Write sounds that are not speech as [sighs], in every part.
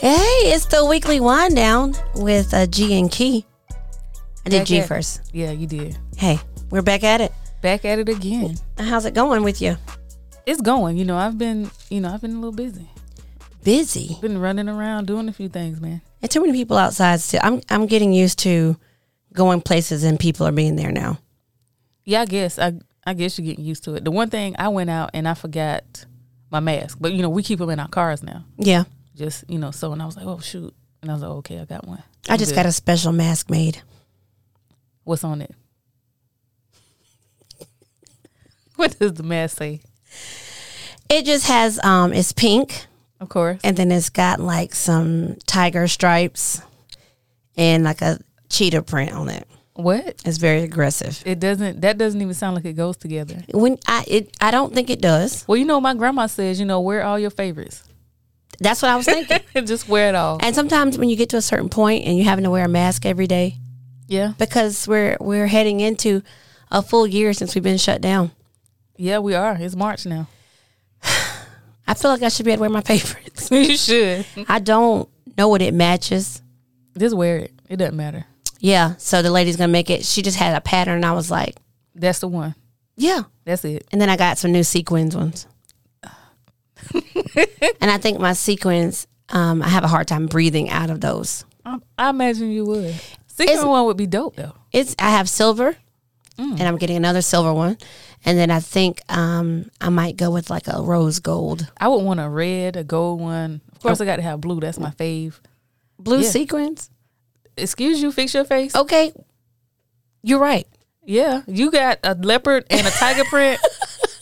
Hey, it's the weekly wind down with uh, G and Key. I did Back G at- first. Yeah, you did. Hey, we're back at it. Back at it again. How's it going with you? It's going. You know, I've been, you know, I've been a little busy. Busy. Been running around doing a few things, man. And too many people outside. Still, I'm I'm getting used to going places and people are being there now. Yeah, I guess I, I guess you're getting used to it. The one thing I went out and I forgot my mask, but you know, we keep them in our cars now. Yeah, Just you know, so and I was like, oh shoot, and I was like, okay, I got one. I just got a special mask made. What's on it? [laughs] what does the mask say? It just has um, it's pink Of course. and then it's got like some tiger stripes and like a cheetah print on it. What? It's very aggressive. It doesn't. That doesn't even sound like it goes together. When I it I don't think it does. Well, you know, my grandma says, you know, wear all your favorites. That's what I was thinking. [laughs] Just wear it all. And sometimes when you get to a certain point and you having to wear a mask every day Yeah. because we're we're heading into a full year since we've been shut down. Yeah, we are. It's March now. I feel like I should be able to wear my [laughs] favorites. [laughs] you should. I don't know what it matches. Just wear it. It doesn't matter. Yeah, so the lady's gonna make it. She just had a pattern. And I was like, That's the one. yeah. That's it. And then I got some new sequins ones. and I think my sequins, um, I have a hard time breathing out of those. I, I imagine you would. Secret It's- one would be dope though. It's I have silver, and I'm getting another silver one, and then I think um, I might go with like a rose gold. I would want a red, a gold one. Of course, I got to have blue. That's my fave. blue Yeah. sequins. Excuse you, fix your face. Okay, you're right. Oh, Yeah, you got a leopard and a tiger [laughs] print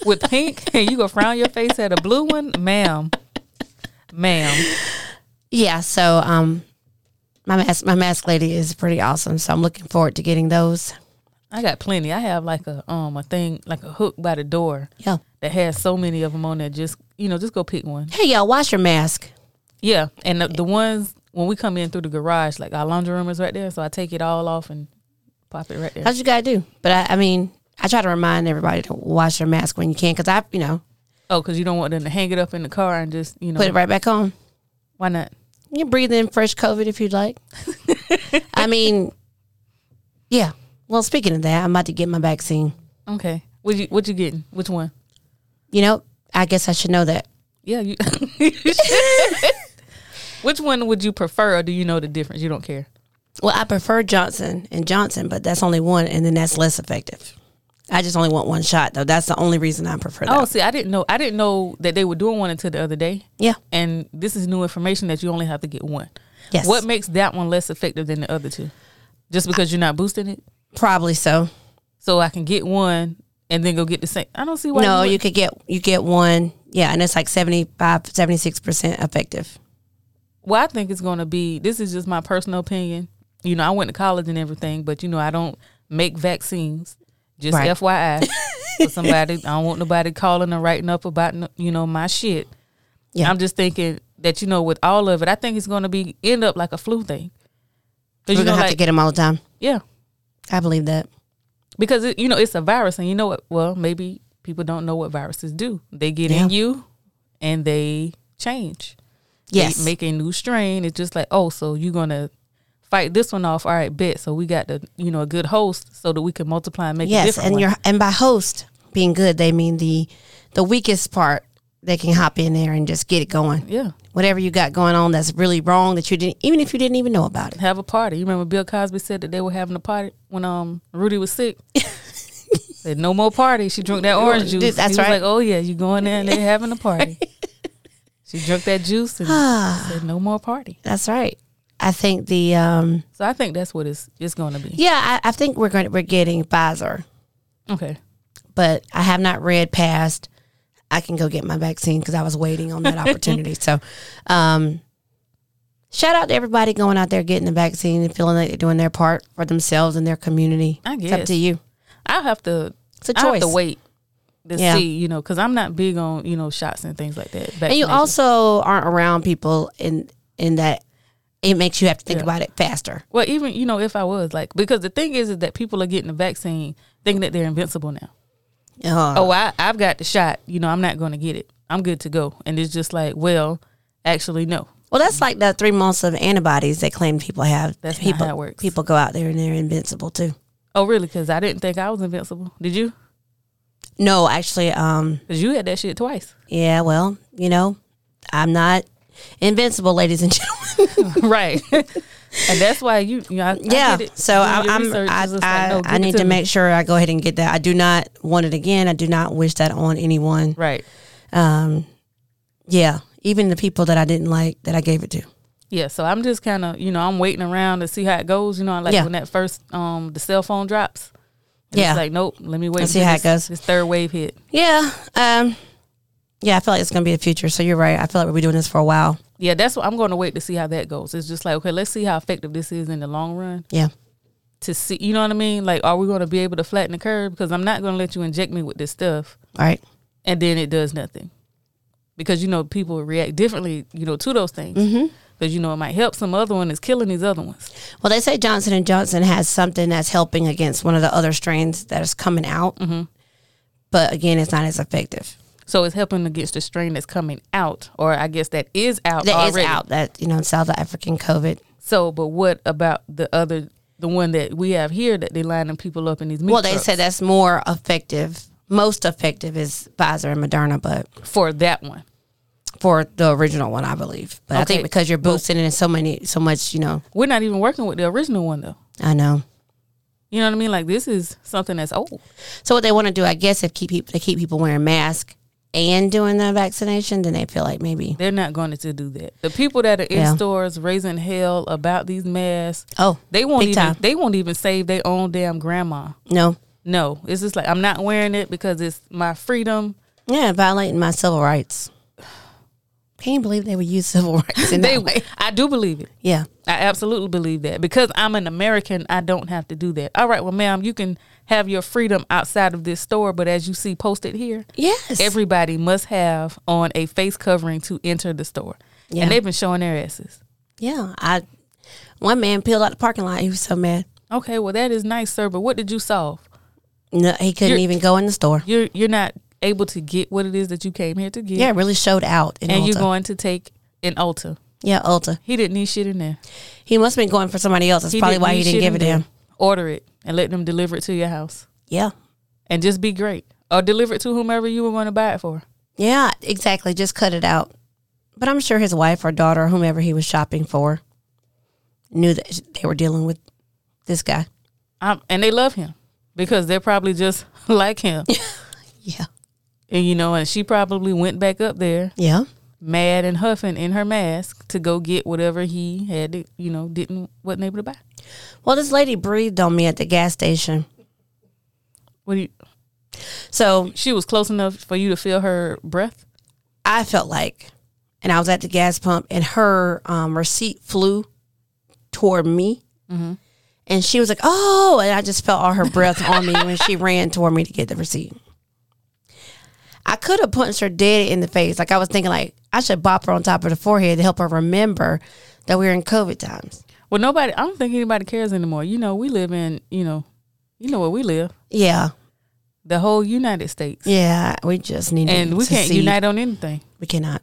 with pink, and you go frown your face at a blue one, ma'am, ma'am. Yeah. So, um, my mask, my mask lady is pretty awesome. So I'm looking forward to getting those. I got plenty. I have like a um a thing like a hook by the door Yeah. that has so many of them on there. Just you know, just go pick one. Hey, y'all, wash your mask. Yeah, and the, the ones when we come in through the garage, like our laundry room is right there, so I take it all off and pop it right there. That's what you gotta do. But I, I mean, I try to remind everybody to wash their mask when you can, cause I, you know, Oh, because you don't want them to hang it up in the car and just you know put it right back on. why not? You can breathe in fresh COVID if you'd like. I mean, yeah. Well, speaking of that, I'm about to get my vaccine. Okay, what you what you getting? Which one? You know, I guess I should know that. Yeah, you. [laughs] Which one would you prefer, or do you know the difference? You don't care. Well, I prefer Johnson and Johnson, but that's only one, and then that's less effective. I just only want one shot, though. That's the only reason I prefer that. Oh, see, I didn't know. I didn't know that they were doing one until the other day. yeah, and this is new information that you only have to get one. Yes. What makes that one less effective than the other two? Just because you're not boosting it? probably so. So I can get one and then go get the same. I don't see why. no, would- you could get you get one. Yeah, and it's like 75, 76 percent effective. Well, I think it's going to be. This is just my personal opinion. You know, I went to college and everything, but you know, I don't make vaccines. Just Right. [laughs] FYI, for somebody. I don't want nobody calling and writing up about no- you know my shit. Yeah. I'm just thinking that you know with all of it, I think it's going to be end up like a flu thing. We're 'Cause, you gonna know, have like, to get them all the time. yeah. I believe that. because it, you know it's a virus and you know what well maybe people don't know what viruses do they get Yeah. in you and they change Yes, they make a new strain it's just like oh so you're gonna fight this one off all right bet so we got the you know a good host so that we can multiply and make a yes, different and one. your and by host being good, they mean the the weakest part. They can hop in there and just get it going. yeah Whatever you got going on that's really wrong that you didn't, even if you didn't even know about it. have a party you remember bill cosby said that they were having a party when um rudy [laughs] was sick said no more party she drank that orange juice That's he was right. like oh yeah you going there [laughs] and they're having a party she drank that [sighs] juice and said no more party That's right. I think the um So I think that's what it's it's going to be. yeah, I, I think we're going we're getting Pfizer, Okay. but I have not read past. I can go get my vaccine because I was waiting [laughs] on that opportunity. So, um, shout out to everybody going out there getting the vaccine and feeling like they're doing their part for themselves and their community. I It's up guess. to you. I'll have to It's a I'll have to choice. wait to Yeah. see, you know, cuz I'm not big on, you know, shots and things like that. And you vaccinations. also aren't around people in in that it makes you have to think Yeah. about it faster. Well, even, you know, if I was like because the thing is is that people are getting the vaccine thinking that they're invincible now. Uh, Oh, I I've got the shot, you know, I'm not going to get it. I'm good to go. And it's just like, well, actually no. Well, that's like the three months of antibodies they claim people have. That's not people, how it works. People go out there and they're invincible too. Oh, really? Because I didn't think I was invincible. Did you? No, actually, um, Because you had that [laughs] shit twice. yeah, well, you know, I'm not invincible, ladies and [laughs] gentlemen. right. and that's why you, you know, I, I yeah, get it. so You I, and your I'm, research I, is just like, I, no, I give it need to me. make sure I go ahead and get that. I do not want it again. I do not wish that on anyone. Right. Um, yeah, even the people that I didn't like that I gave it to. Yeah, so I'm just kind of, you know, I'm waiting around to see how it goes. You know, like Yeah. when that first, um, the cell phone drops. And Yeah. It's like, nope, let me wait. Let's see until how it goes. this- This third wave hit. Yeah. Um, yeah, I feel like it's going to be the future. So you're right. I feel like we'll be doing this for a while. Yeah, that's what I'm going to wait to see how that goes. It's just like, okay, let's see how effective this is in the long run Yeah. to see, you know what I mean? Like, are we going to be able to flatten the curve? Because I'm not going to let you inject me with this stuff All right. and then it does nothing. Because, you know, people react differently, you know, to those things. Because, Mm-hmm. you know, it might help some other one that's killing these other ones. Well, they say Johnson and Johnson has something that's helping against one of the other strains that is coming out, Mm-hmm. but again, it's not as effective. So it's helping against the strain that's coming out, or I guess that is out That is already. out that you know South African COVID. So, but what about the other, the one that we have here that they lining people up in these meat Well, they trucks said that's more effective. Most effective is Pfizer and Moderna, but for that one? for the original one, I believe. But I Okay. think because you're boosting it in so many, so much, you know, We're not even working with the original one though. I know. You know what I mean? Like this is something that's old. So what they want to do, I guess, if keep people, they keep people wearing masks and doing the vaccination, then they feel like maybe They're not going to do that. The people that are in Yeah. stores raising hell about these masks, oh they won't Big even time. they won't even save their own damn grandma. no, No, it's just like I'm not wearing it because it's my freedom. Yeah, violating my civil rights. Can't believe they would use civil [laughs] rights in They, that way. I do believe it. Yeah, I absolutely believe that because I'm an American, I don't have to do that. All right, well, ma'am, you can have your freedom outside of this store, but as you see posted here, yes, everybody must have on a face covering to enter the store, Yeah. and they've been showing their asses. yeah. I one man peeled out the parking lot. He was so mad. Okay, well, that is nice, sir, but what did you solve? No, he couldn't You're- even go in the store. You're you're not able to get what it is that you came here to get, Yeah, it really showed out. In and Ulta. you're going to take an Ulta. yeah, Ulta. He didn't need shit in there. He must have been going for somebody else. That's He probably why need he didn't shit give in it to there. him. Order it and let them deliver it to your house, Yeah, and just be great, or deliver it to whomever you were going to buy it for. yeah, exactly. Just cut it out. But I'm sure his wife or daughter, or whomever he was shopping for, knew that sh- they were dealing with this guy. I'm, and they love him because they're probably just [laughs] like him. Yeah, and you know, and she probably went back up there yeah, mad and huffing in her mask to go get whatever he had, to, you know, didn't wasn't able to buy. Well, this lady breathed on me at the gas station. What do you, So she was close enough for you to feel her breath. I felt like, and I was at the gas pump, and her um, receipt flew toward me. Mm-hmm. And she was like, oh, and I just felt all her breath on me when she ran toward me to get the receipt. I could have punched her dead in the face. Like I was thinking, like I should bop her on top of the forehead to help her remember that we were in COVID times. Well, nobody. I don't think anybody cares anymore. You know, we live in, you know, you know where we live, Yeah, the whole United States, yeah. We just need and we to can't see. unite on anything, We cannot.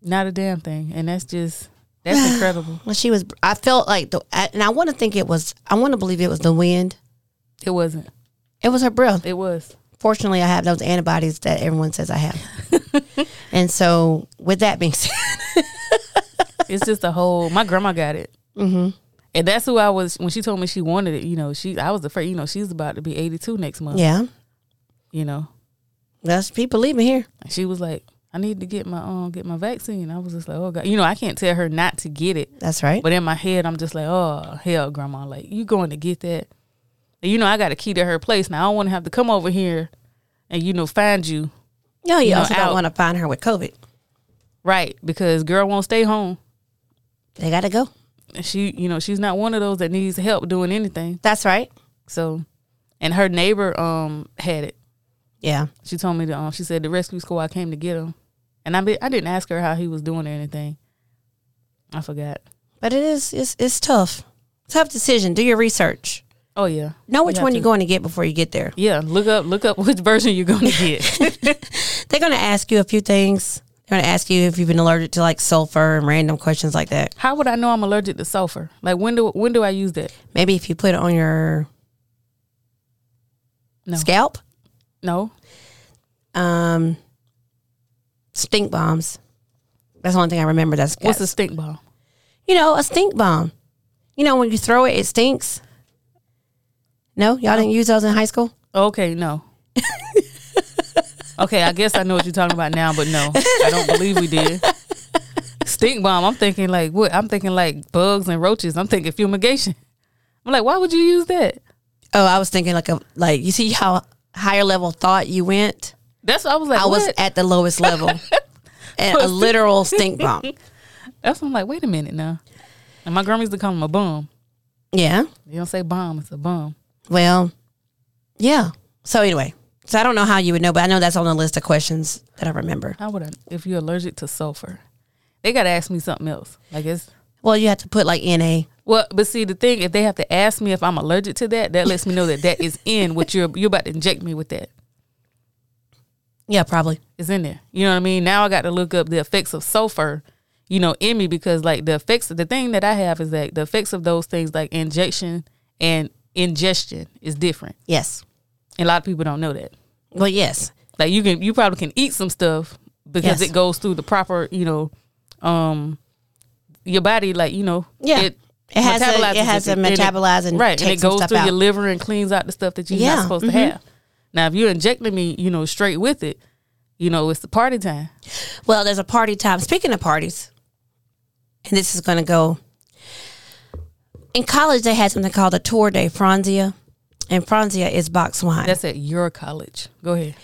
not a damn thing, and that's just [sighs] that's incredible. Well, she was. I felt like the, I- and I want to think it was. I want to believe it was the wind. It wasn't. It was her breath. It was. Fortunately, I have those antibodies that everyone says I have. [laughs] and so, with that being said, [laughs] It's just a whole. My grandma got it, mm-hmm. and that's who I was when she told me she wanted it. You know, she I was afraid. You know, she's about to be eighty two next month. yeah, You know, that's people leaving here. And she was like, I need to get my um get my vaccine. I was just like, oh god, you know, I can't tell her not to get it, That's right. but in my head, I'm just like, oh hell, grandma, like you going to get that? And, you know, I got a key to her place now. I don't want to have to come over here and you know find you No, you, know, also out- don't want to find her with COVID. right because girl won't stay home. They got to go. And she, you know, she's not one of those that needs help doing anything. That's right. So, and her neighbor um had it. Yeah. She told me to, um, she said the rescue squad came to get him, and I be, I didn't ask her how he was doing or anything. I forgot. But it is, it's, it's tough. Tough decision. Do your research. Oh yeah, Know which have one to. you're going to get before you get there. [laughs] [laughs] yeah. Look up, look up which version you're going to get. They're going to ask you a few things. They're gonna ask you if you've been allergic to like sulfur and random questions like that. How would I know I'm allergic to sulfur? Like when do when do I use that? Maybe if you put it on your No. scalp, No. um, stink bombs. That's the only thing I remember. That's What's a stink bomb? you know a stink bomb. You know when you throw it, it stinks. No, y'all didn't use those in high school. [laughs] Okay, no. okay, I guess I know what you're talking about now, but no, I don't believe we did. Stink bomb. I'm thinking like what? I'm thinking like bugs and roaches. I'm thinking fumigation. I'm like, why would you use that? Oh, I was thinking like a like you see how higher level thought you went. That's what I was like. I was what? at the lowest [laughs] level, and a literal stink [laughs] bomb. That's what I'm like. Wait a minute now. And my grandma used to call him a bum. Yeah. They don't say bomb. It's a bum. Well, yeah. So anyway, so I don't know how you would know, but I know that's on the list of questions that I remember. How would I? If you're allergic to sulfur, they gotta ask me something else. Like it's Well, you have to put like NA. Well, but see the thing, if they have to ask me if I'm allergic to that, that lets me know that that is in what you're you're about to inject me with. That Yeah, probably. is in there. You know what I mean? Now I got to look up the effects of sulfur, you know, in me because like the effects, the thing that I have is that the effects of those things like injection and ingestion is different, Yes. and a lot of people don't know that. Well, yes. Like you can you probably can eat some stuff because Yes. it goes through the proper, you know, um, your body like you know Yeah. It, has to, metabolizes it has to and it- metabolize and right, take and it goes some through stuff out. your liver and cleans out the stuff that you're Yeah, mm-hmm. not supposed to have. Now, if you're injecting me, you know, straight with it, you know, it's the party time. well, there's a party time. Speaking of parties, and this is going to go. In college, they had something called a tour day, Franzia, and Franzia is box wine. That's at your college. Go ahead.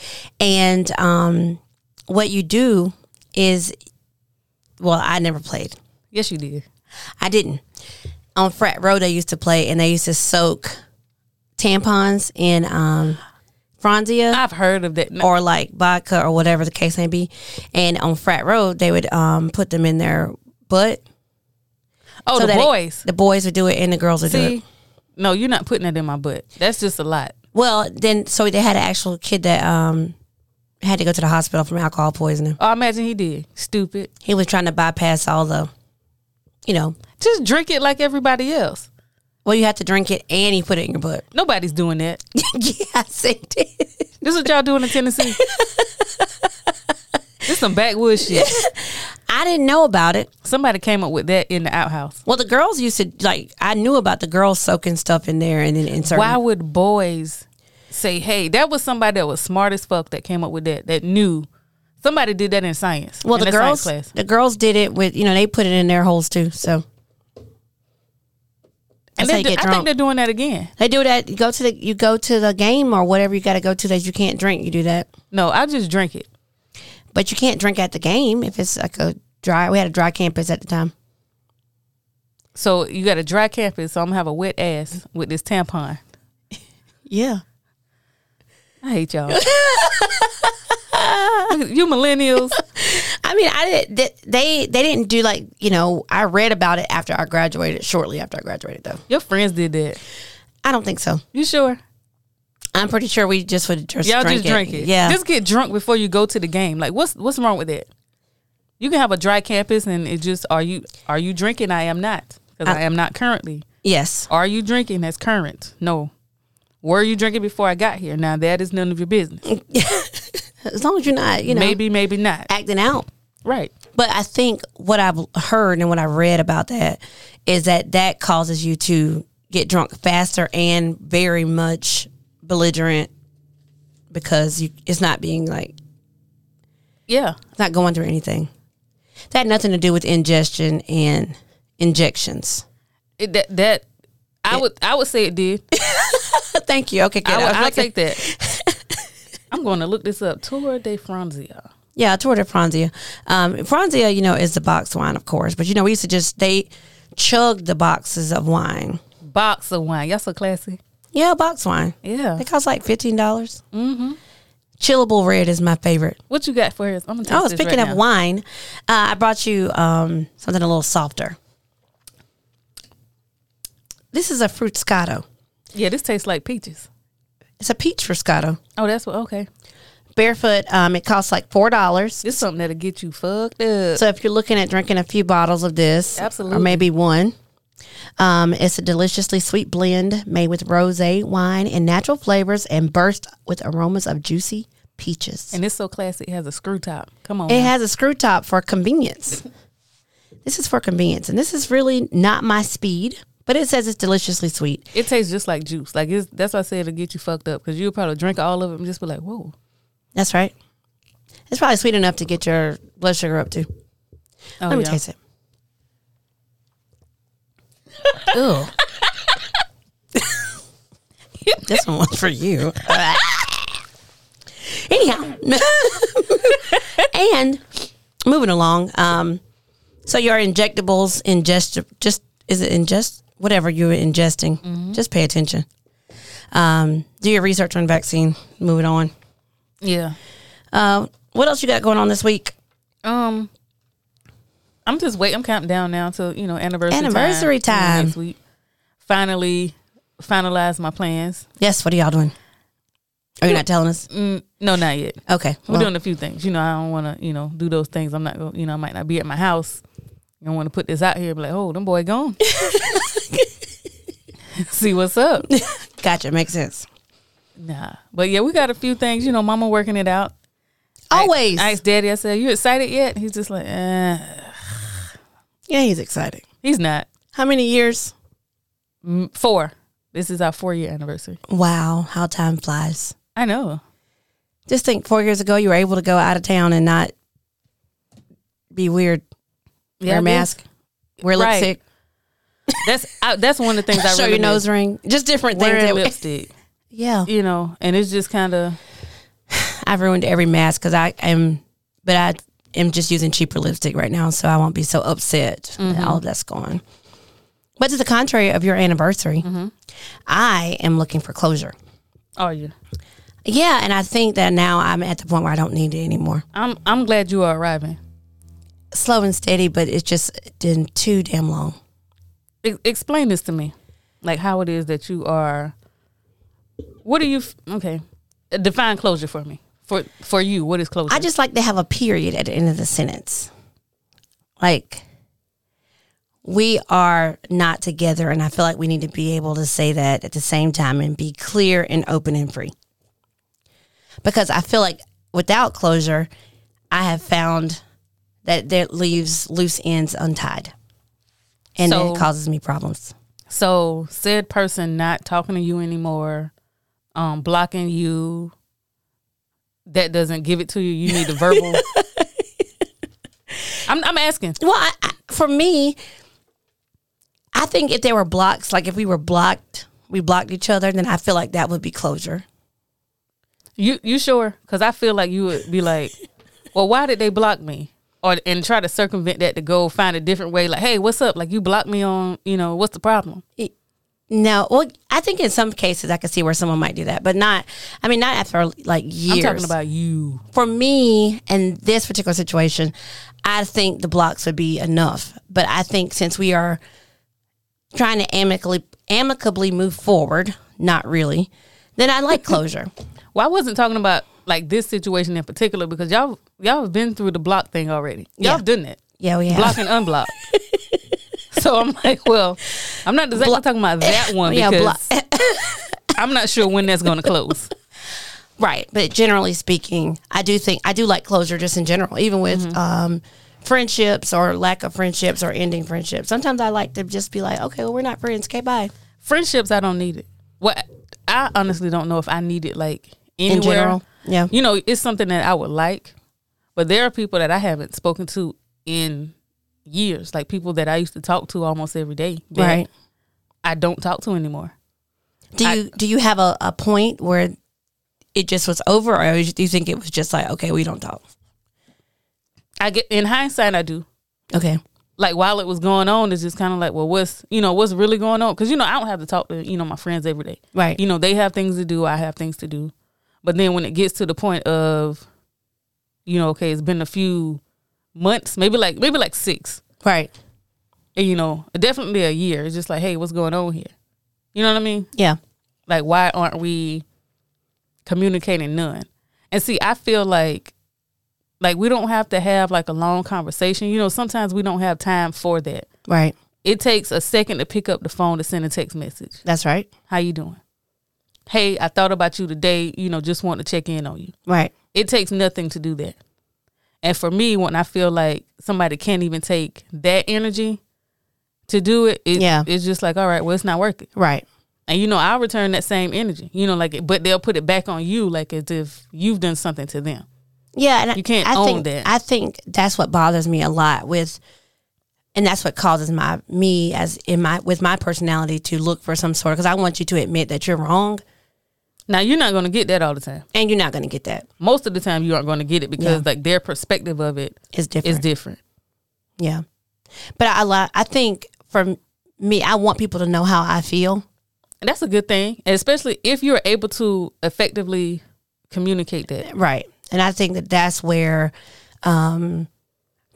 And um, what you do is, well, I never played. Yes, you did. I didn't. On frat row, they used to play, and they used to soak tampons in um, Franzia I've heard of that. Now, or like vodka or whatever the case may be. And on frat row, they would um, put them in their butt. Oh, the that it- boys. the boys would do it, and the girls would do it. See, no, you're not putting that in my butt. That's just a lot. Well, then, so they had an actual kid that um, had to go to the hospital from alcohol poisoning. Oh, I imagine he did. Stupid. He was trying to bypass all the, you know, Just drink it like everybody else. Well, you have to drink it and you put it in your butt. [laughs] Nobody's doing that. yes, it did. This is what y'all doing [laughs] in Tennessee. this some backwood shit. I didn't know about it. Somebody came up with that in the outhouse. Well, the girls used to like. I knew about the girls soaking stuff in there and then inserting. Why would boys say, "Hey, that was somebody that was smart as fuck that came up with that that knew somebody did that in science." Well, in the science girls, the girls did it with you know they put it in their holes too. So and that's how they you do- get I think drunk. they're doing that again. They do that. You go to the you go to the game or whatever you got to go to that you can't drink. You do that, No, I just drink it. but you can't drink at the game if it's like a dry. We had a dry campus at the time. So you got a dry campus, so I'm gonna have a wet ass with this tampon. Yeah. I hate [laughs] y'all. Look at you millennials, I mean, I did. They they- they didn't do like you know. I read about it after I graduated. Shortly after I graduated, though, your friends did that. I don't think so. You sure? I'm pretty sure we just would just Y'all drink just drink it. Yeah, Just get drunk before you go to the game. Like what's what's wrong with that? You can have a dry campus and it just are you are you drinking? I am not. Because I am not currently. yes. Are you drinking that's current? No. Were you drinking before I got here? Now that is none of your business. As long as you're not, you know, Maybe, maybe not. acting out. Right. But I think what I've heard and what I've read about that is that that causes you to get drunk faster and very much belligerent because you it's not being like Yeah. it's not going through anything. That had nothing to do with ingestion and injections. [laughs] It, that that I would I would say it [laughs] did. Thank you. Okay, good. I I would, was I'll like, take that. [laughs] I'm going to look this up. Tour de Franzia. Yeah, Tour de Franzia. Um, Franzia, you know, is the box wine, of course, but you know, we used to just they chug the boxes of wine. Box of wine. Y'all so classy. Yeah, box wine. Yeah. It costs like fifteen dollars. Mm-hmm. Chillable red is my favorite. What you got for us? I'm gonna taste Oh, this speaking right of now. wine, uh, I brought you um, something a little softer. This is a fruit scotto. Yeah, this tastes like peaches. It's a peach fruscato. Oh, that's what okay. barefoot. Um, it costs like four dollars. This something that'll get you fucked up. So if you're looking at drinking a few bottles of this, Absolutely. or maybe one, um, it's a deliciously sweet blend made with rosé wine and natural flavors, and burst with aromas of juicy peaches. and it's so classic. It has a screw top. Come on. It now. has a screw top for convenience. This is for convenience, and this is really not my speed. But it says it's deliciously sweet. It tastes just like juice. Like it's, that's why I said it'll get you fucked up because you'll probably drink all of it and just be like, whoa. That's right. It's probably sweet enough to get your blood sugar up too. Oh, Let me yeah. taste [laughs] it. Ew. [laughs] This one was for [laughs] you. [laughs] Anyhow, and moving along. Um, so your injectables ingest just is it ingest whatever you're ingesting. Just pay attention. Um, do your research on vaccine. Moving on. Yeah. Uh, what else you got going on this week? Um, I'm just wait. I'm counting down now to you know anniversary time, Anniversary till time. next week. Finally, finalize my plans. Yes. What are y'all doing? Are you not telling us? Mm, no, not yet. Okay. We're well, doing a few things. You know, I don't want to you know do those things. I'm not going. to You know, I might not be at my house. I don't want to put this out here. Be like, oh, them boy [laughs] gone. [laughs] See what's up. [laughs] gotcha. Makes sense. Nah, but yeah, we got a few things. You know, Mama working it out. Always. I asked Daddy. I said, "You excited yet?" He's just like, eh. yeah, he's excited. he's not. How many years? Mm, Four. This is our four year anniversary. Wow, how time flies. I know. Just think four years ago, you were able to go out of town and not be weird. I wear a guess. mask, wear Right. lipstick, That's I, that's one of the [laughs] things I show really your nose ring. Just different miss, wearing things. That lipstick. we, yeah. You know, and it's just kind of I've ruined every mask because I am, but I am just using cheaper lipstick right now, so I won't be so upset Mm-hmm. that all of that's gone. But to the contrary of your anniversary, Mm-hmm. I am looking for closure. oh yeah. Yeah, and I think that now I'm at the point where I don't need it anymore. I'm I'm glad you are arriving. Slow and steady, but it's just been too damn long. Ex E, explain this to me, like how it is that you are. What do you f- okay? Define closure for me. For for you, what is closure? I just like to have a period at the end of the sentence. Like, we are not together, and I feel like we need to be able to say that at the same time and be clear and open and free. Because I feel like without closure, I have found that that leaves loose ends untied, and So- it causes me problems. so said person not talking to you anymore, um, blocking you. That doesn't give it to you. You need [laughs] a verbal. I'm I'm asking. Well, I, I, for me, I think if there were blocks, like if we were blocked, we blocked each other, then I feel like that would be closure. You you sure? Because I feel like you would be like, well, why did they block me? Or and try to circumvent that to go find a different way. Like, hey, what's up? Like you blocked me on, you know, what's the problem? No, well, I think in some cases I could see where someone might do that, but not. I mean, not after like years. I'm talking about you. for me in this particular situation, I think the blocks would be enough. But I think since we are trying to amicably amicably move forward, not really, then I [laughs] like closure. Well, I wasn't talking about like this situation in particular because y'all y'all have been through the block thing already. Y'all Yeah. have done that. yeah, we have. Block and [laughs] unblock. so I'm like, well, I'm not exactly talking about that one Yeah, because I'm not sure when that's gonna close. Right, but generally speaking, I do think I do like closure just in general, even with um, friendships or lack of friendships or ending friendships. Sometimes I like to just be like, okay, well, we're not friends. Okay, bye. friendships I don't need it. What I honestly don't know if I need it like anywhere. general, yeah. You know, it's something that I would like, but there are people that I haven't spoken to in years, like people that I used to talk to almost every day. that I don't talk to anymore. Do you do you have a, a point where it just was over, or do you think it was just like, okay, we don't talk? I get in hindsight I do. Okay, Like while it was going on, it's just kind of like, well, what's you know what's really going on? Because you know I don't have to talk to you know my friends every day. right. you know they have things to do i have things to do but then when it gets to the point of you know okay it's been a few months maybe like maybe like six right. and, you know definitely a year it's just like hey what's going on here you know what i mean Yeah. like why aren't we communicating none And see, I feel like like we don't have to have like a long conversation. You know, sometimes we don't have time for that. Right. It takes a second to pick up the phone to send a text message. That's right. How you doing? Hey, I thought about you today, you know, just want to check in on you. Right. It takes nothing to do that. And for me, when I feel like somebody can't even take that energy to do it, it Yeah. it's just like, all right, well, it's not worth it. Right. And you know, I'll return that same energy. You know, like, but they'll put it back on you, like as if you've done something to them. Yeah, and You can't I own think, that. I think that's what bothers me a lot with, and that's what causes my me as in my with my personality to look for some sort because I want you to admit that you're wrong, Now you're not going to get that all the time. and you're not going to get that. Most of the time, you aren't going to get it because Yeah. like their perspective of it It's different. is different. yeah, but I li- I think for me, I want people to know how I feel. And that's a good thing, especially if you're able to effectively communicate that. Right. And I think that that's where, um,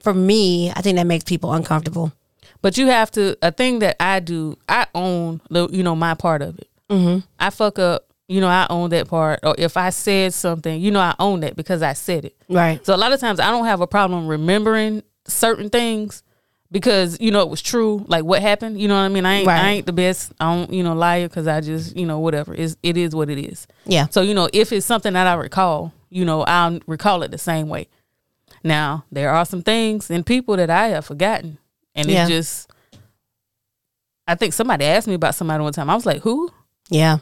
for me, I think that makes people uncomfortable. But you have to. A thing that I do, I own the you know my part of it. Mm-hmm. I fuck up. You know, I own that part. Or if I said something, you know, I own that because I said it. Right. So a lot of times I don't have a problem remembering certain things because you know it was true, like what happened. You know what I mean? I ain't, Right. I ain't the best. I don't you know liar because I just you know whatever is it is what it is. Yeah. So you know if it's something that I recall, you know I'll recall it the same way. Now there are some things and people that I have forgotten, and Yeah. it just. I think somebody asked me about somebody one time. I was like, "Who?" Yeah.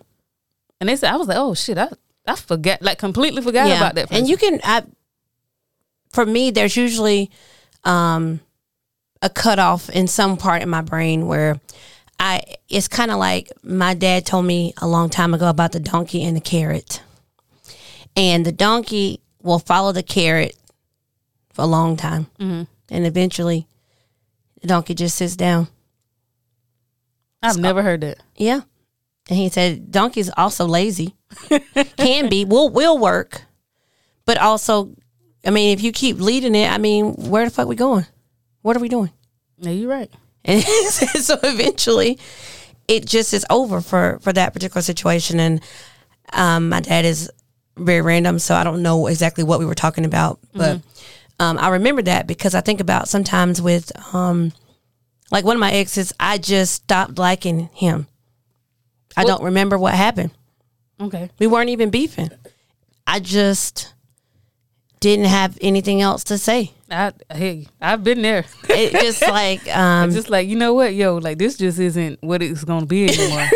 And they said, "I was like, oh shit, I I forgot, like completely forgot about that." And you can, I, for me, there's usually um, a cutoff in some part in my brain where I, it's kind of like my dad told me a long time ago about the donkey and the carrot. And the donkey will follow the carrot for a long time. Mm-hmm. And eventually, the donkey just sits down. I've never heard that. Yeah. And he said, Donkey's also lazy. [laughs] Can be. Will will work. But also, I mean, if you keep leading it, I mean, where the fuck we going? What are we doing? Yeah, you're right. And [laughs] so eventually it just is over for for that particular situation. And um my dad is very random, so I don't know exactly what we were talking about. But um I remember that because I think about sometimes with um like one of my exes, I just stopped liking him. I Well- don't remember what happened. Okay. We weren't even beefing. I just didn't have anything else to say. I hey, I've been there. It just like um Just like you know what, yo, like this just isn't what it's gonna be anymore.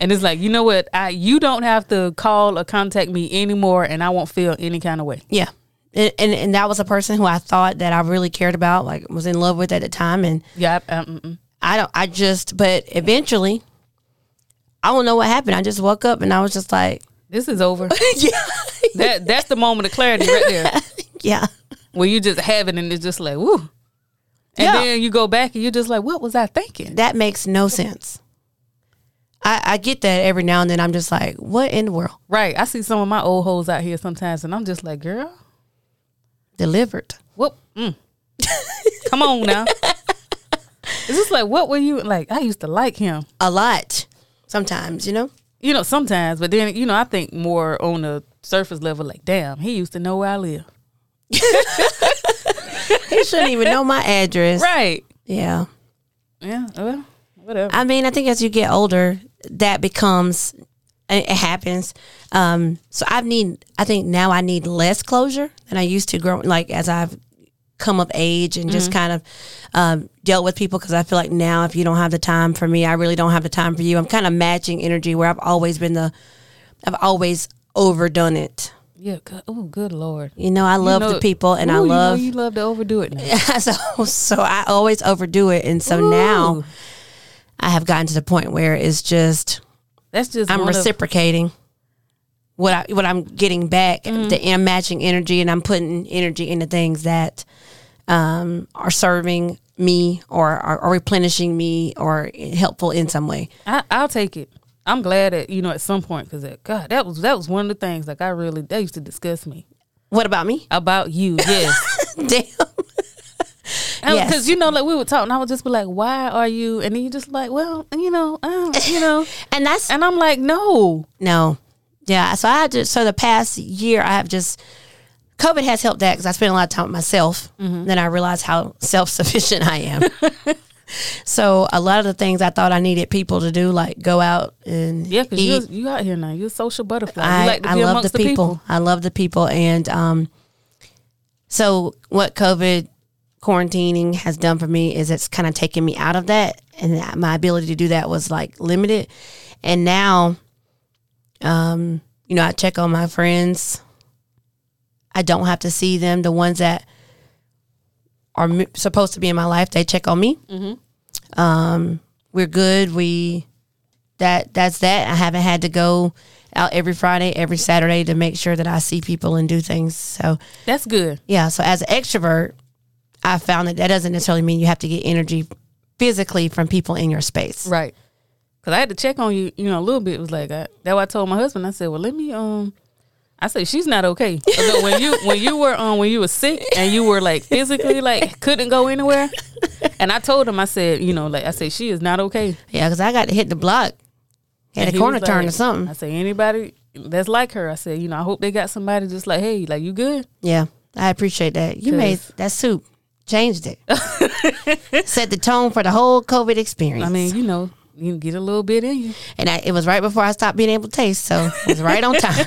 and it's like you know what, I you don't have to call or contact me anymore, and I won't feel any kind of way. Yeah. And, and and that was a person who I thought that I really cared about, like was in love with at the time, and Yeah, I, I, mm-mm. I don't. I just, but eventually, I don't know what happened. I just woke up and I was just like, [laughs] this is over. yeah, that that's the moment of clarity right there, yeah, where you just have it, and it's just like woo. And Yeah. then you go back and you're just like, what was I thinking? that makes no sense. I I get that every now and then. I'm just like, what in the world? Right. I see some of my old hoes out here sometimes, and I'm just like, girl, Delivered. What? Mm. Come on now. It's just like, what were you like? I used to like him, A lot sometimes, you know. you know, sometimes, but then, you know, I think more on the surface level, like, damn, he used to know where I live. He shouldn't even know my address. [laughs] Right. Yeah. Yeah. Well, whatever. I mean, I think as you get older, that becomes it it happens. Um, so I need, I think now I need less closure than I used to grow. Like as I've come of age and Mm-hmm. just kind of um, dealt with people, because I feel like now if you don't have the time for me, I really don't have the time for you. I'm kind of matching energy where I've always been the, I've always overdone it. yeah. Oh, good Lord. You know, I love the know- people and I Ooh, you know love You, love to overdo it now. [laughs] so so I always overdo it, and so now I have gotten to the point where it's just That's just I'm one of- reciprocating what I what I'm getting back. Mm. The I'm matching energy, and I'm putting energy into things that um, are serving me or are, are replenishing me or helpful in some way. I, I'll take it. I'm glad that, you know, at some point, because God, that was that was one of the things, like, I really, that used to disgust me What about me? [laughs] about you. Yes. Damn. Yes. Because you know, like we would talk, and I would just be like, "Why are you?" [laughs] And then you just like, "Well, you know, uh, you know," And that's and I'm like, "No, no, Yeah. So I just so the past year I have just COVID has helped that because I spent a lot of time with myself. Mm-hmm. Then I realized how self sufficient I am. [laughs] so a lot of the things I thought I needed people to do, like go out and Yeah, because eat. you you out here now. You're a social butterfly. I, you like to be I love amongst the people. I love the people. And um, so what COVID quarantining has done for me is it's kind of taken me out of that. And that- my ability to do that was like limited. And now, um, you know, I check on my friends. I don't have to see them. The ones that are m- supposed to be in my life, they check on me. Um, Mm-hmm. we're good. We that that's that. I haven't had to go out every Friday, every Saturday to make sure that I see people and do things. So That's good. yeah. So as an extrovert, I found that that doesn't necessarily mean you have to get energy physically from people in your space. Right. Cause I had to check on you, you know, a little bit. It was like I, that. Why I told my husband, I said, "Well, let me." Um, I said she's not okay. Although when you when you were um when you were sick and you were like physically like couldn't go anywhere, and I told him, I said, you know, like I said, she is not okay. Yeah, because I got to hit the block, And had a he corner was turn like- or something. I said anybody that's like her. I said, you know, I hope they got somebody just like, hey, like you good? Yeah, I appreciate that. You made that soup changed it, [laughs] set the tone for the whole COVID experience. I mean, you know, you can get a little bit in you. and I, it was right before I stopped being able to taste, so it was right [laughs] on time,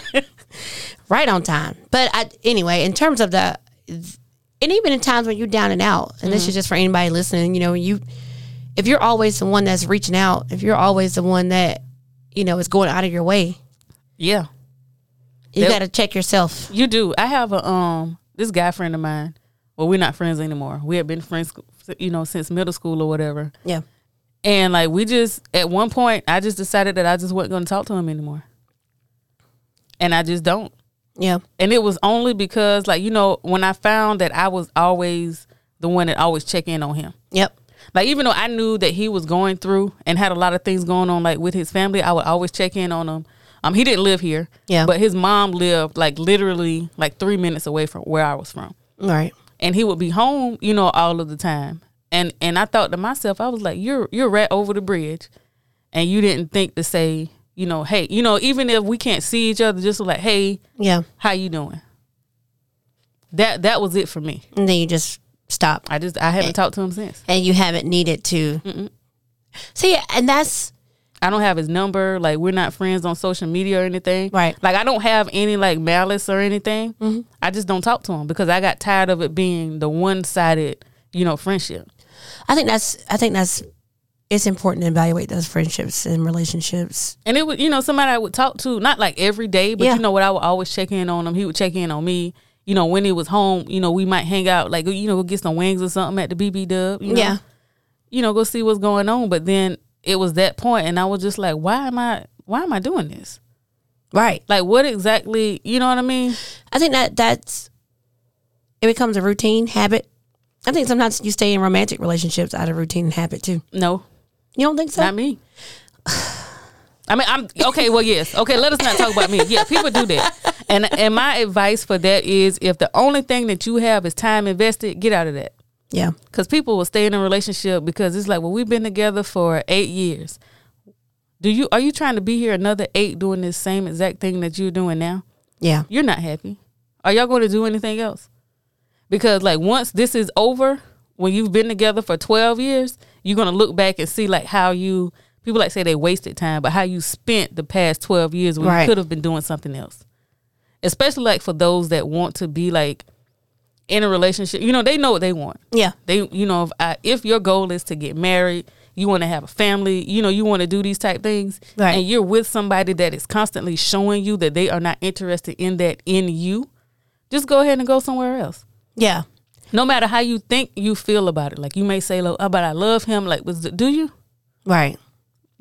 right on time. But I, anyway, in terms of the, and even in times when you're down and out, and this is just for anybody listening, you know, you, if you're always the one that's reaching out, if you're always the one that, you know, is going out of your way, Yeah. you Yep. got to check yourself. You do. I have a um this guy friend of mine. Well, we're not friends anymore. We had been friends, you know, since middle school or whatever. Yeah, And like we just at one point, I just decided that I just wasn't going to talk to him anymore. And I just don't. yeah, And it was only because like you know when I found that I was always the one that always check in on him. yep, Like even though I knew that he was going through and had a lot of things going on like with his family, I would always check in on him. Um, he didn't live here, Yeah. but his mom lived like literally like three minutes away from where I was from, all right, and he would be home, you know, all of the time. And and I thought to myself, I was like, you're you're right over the bridge, and you didn't think to say, you know, hey, you know, even if we can't see each other, just like, hey, yeah. how you doing? That that was it for me. And then you just stop, I just I haven't talked to him since. and you haven't needed to. See, and that's I don't have his number. Like we're not friends on social media or anything. Right. Mm-hmm. Like I don't have any like malice or anything. I just don't talk to him because I got tired of it being the one sided, you know, friendship. I think that's I think that's it's important to evaluate those friendships and relationships. And it was, you know, somebody I would talk to, not like every day, but Yeah. you know what? I would always check in on him. He would check in on me. You know, when he was home, you know, we might hang out, like you know, go get some wings or something at the BB Dub. You know? Yeah. You know, go see what's going on. But then it was that point, and I was just like, why am I? Why am I doing this? Right. Like, what exactly? You know what I mean? I think that that's it becomes a routine habit. I think sometimes you stay in romantic relationships out of routine and habit too. No, You don't think so? Not me. I mean, I'm okay. Well, yes. Okay, let us not talk about me. Yeah, people do that. And and my advice for that is, if the only thing that you have is time invested, get out of that. yeah. Because people will stay in a relationship because it's like, well, we've been together for eight years. Do you are you trying to be here another eight doing this same exact thing that you're doing now? Yeah. You're not happy. Are y'all going to do anything else? Because like once this is over, when you've been together for 12 years, you're going to look back and see like how you people like say they wasted time, but how you spent the past 12 years when Right. you could have been doing something else. Especially like for those that want to be like in a relationship, you know, they know what they want. Yeah. They, you know, if, I, if your goal is to get married, you want to have a family, you know, you want to do these type things, Right. and you're with somebody that is constantly showing you that they are not interested in that in you, just go ahead and go somewhere else. Yeah. No matter how you think you feel about it, like you may say, "Look, oh, but I love him." Like, was do you Right.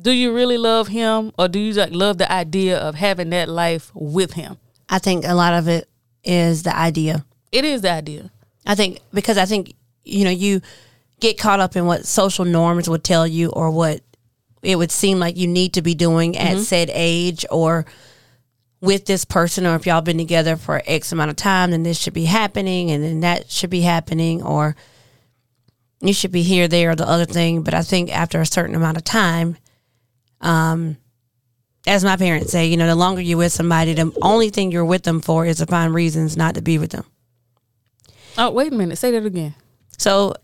do you really love him, or do you like love the idea of having that life with him? I think a lot of it is the idea. It is the idea. I think because I think you know you get caught up in what social norms would tell you or what it would seem like you need to be doing at said age or with this person or if y'all been together for x amount of time then this should be happening and then that should be happening or you should be here there or the other thing but i think after a certain amount of time um as my parents say, you know, the longer you're with somebody, the only thing you're with them for is to find reasons not to be with them. Oh, wait a minute. Say that again. So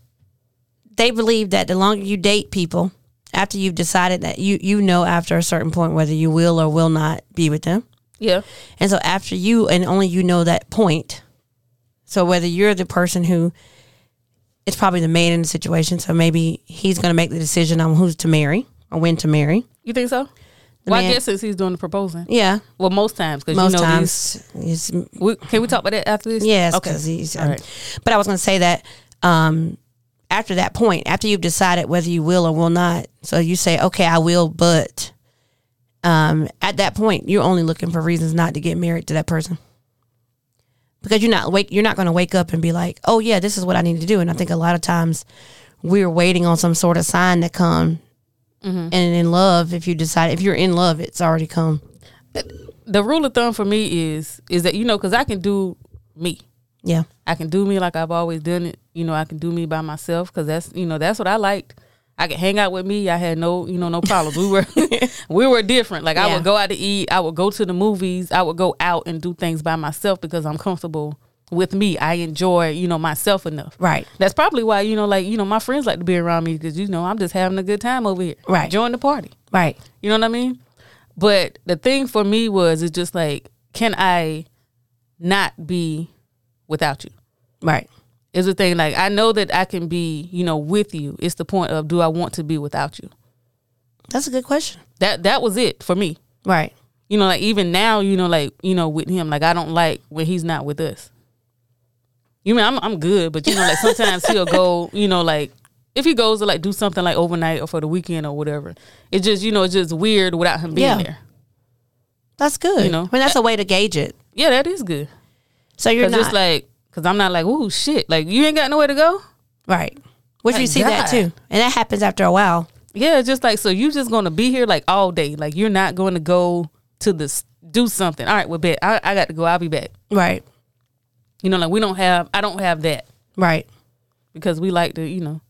they believe that the longer you date people, after you've decided that you you know after a certain point whether you will or will not be with them. Yeah. And so after you and only you know that point. So whether you're the person who it's probably the man in the situation, so maybe he's going to make the decision on who's to marry or when to marry. You think so? well, man- I guess since he's doing the proposing. Yeah, Well, most times because most you know these- times it's We, can we talk about that after this? Yes, Okay. because he's. All um, right. But I was going to say that um, after that point, after you've decided whether you will or will not, so you say, "Okay, I will," but um, at that point, you're only looking for reasons not to get married to that person because you're not wake. You're not going to wake up and be like, "Oh yeah, this is what I need to do." And I think a lot of times we're waiting on some sort of sign to come. And in love, if you decide if you're in love, it's already come. The rule of thumb for me is is that you know because I can do me. Yeah, I can do me like I've always done it. You know, I can do me by myself because that's you know that's what I liked. I could hang out with me. I had no you know no problems. [laughs] We were we were different. Like I Yeah. would go out to eat. I would go to the movies. I would go out and do things by myself because I'm comfortable with me. I enjoy you know myself enough. right. That's probably why you know like you know my friends like to be around me because you know I'm just having a good time over here. Right. Join the party. Right. You know what I mean? But the thing for me was it's just like, can I not be without you? Right. Is the thing like I know that I can be, you know, with you. It's the point of do I want to be without you? That's a good question. That that was it for me. Right. You know, like even now, you know, like you know, with him, like I don't like when he's not with us. You mean I'm I'm good, but you know, like sometimes he'll go, you know, like if he goes to like do something like overnight or for the weekend or whatever, it's just you know, it's just weird without him being Yeah. there. That's good. You know? I mean, that's a way to gauge it. Yeah, that is good. So you're Cause not it's like, cause I'm not like, ooh, shit, like you ain't got nowhere to go. right, which you Thank see that God. too, and that happens after a while. Yeah, it's just like, so you just gonna be here like all day, like you're not going to go to this do something. All right, well, bet I, I got to go. I'll be back. Right. You know, like we don't have, I don't have that Right. because we like to, you know,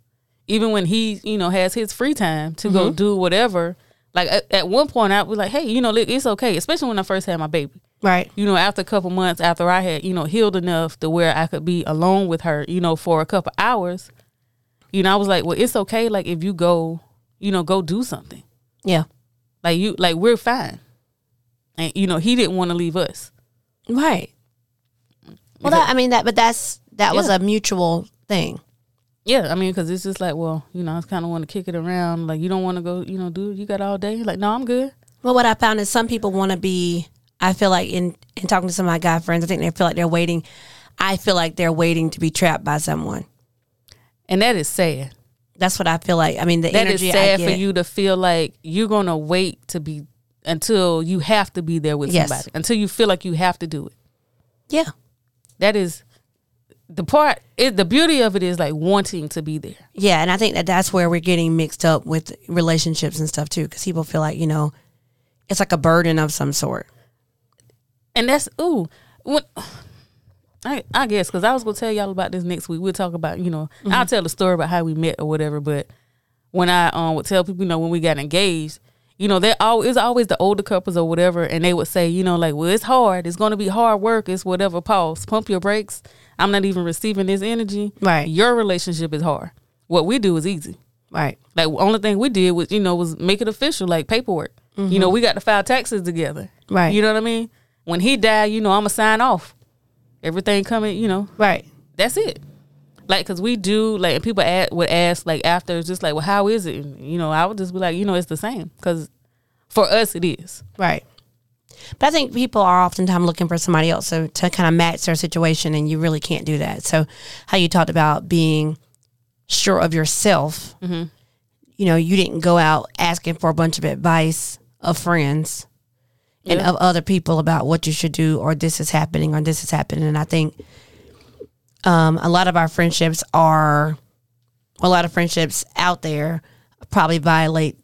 even when he, you know, has his free time to Mm-hmm. go do whatever. Like at, at one point, I was like, hey, you know, look, it's okay, especially when I first had my baby. Right. you know, after a couple months, after I had, you know, healed enough to where I could be alone with her, you know, for a couple hours, you know, I was like, well, it's okay. Like, if you go, you know, go do something. Yeah. Like, you, like, we're fine. And, you know, he didn't want to leave us. Right. Well, that, I mean that, but that's that was Yeah. a mutual thing. Yeah. I mean, because it's just like, well, you know, I kind of want to kick it around. Like, you don't want to go, you know, dude, you got all day. Like, no, I'm good. Well, what I found is some people want to be. I feel like in in talking to some of my guy friends, I think they feel like they're waiting. I feel like they're waiting to be trapped by someone. And that is sad. That's what I feel like. I mean, the That is energy sad I for get. you to feel like you're going to wait to be until you have to be there with Yes. somebody, until you feel like you have to do it. Yeah. that is the part it, the beauty of it is like wanting to be there Yeah, and I think that that's where we're getting mixed up with relationships and stuff too, because people feel like you know, it's like a burden of some sort. and that's ooh when I, I guess because I was gonna tell y'all about this next week. We'll talk about you know I'll tell the story about how we met or whatever. But when I um would tell people you know when we got engaged, you know they all it's always the older couples or whatever, and they would say you know like well it's hard, it's gonna be hard work, it's whatever. Pause, pump your brakes. I'm not even receiving this energy. Right. your relationship is hard. What we do is easy. Right. Like only thing we did was you know was make it official, like paperwork. You know, we got to file taxes together. Right. You know what I mean? When he died, you know, I'ma sign off. Everything coming, you know, Right. that's it. Like, cause we do like, and people a would ask like after, it's just like, well, how is it? And, you know, I would just be like, you know, it's the same, cause for us it is. Right. But I think people are oftentimes looking for somebody else so, to kind of match their situation, and you really can't do that. So, how you talked about being sure of yourself, you know, you didn't go out asking for a bunch of advice of friends and Yeah. of other people about what you should do, or this is happening, or this is happening. And I think um, a lot of our friendships are, a lot of friendships out there probably violate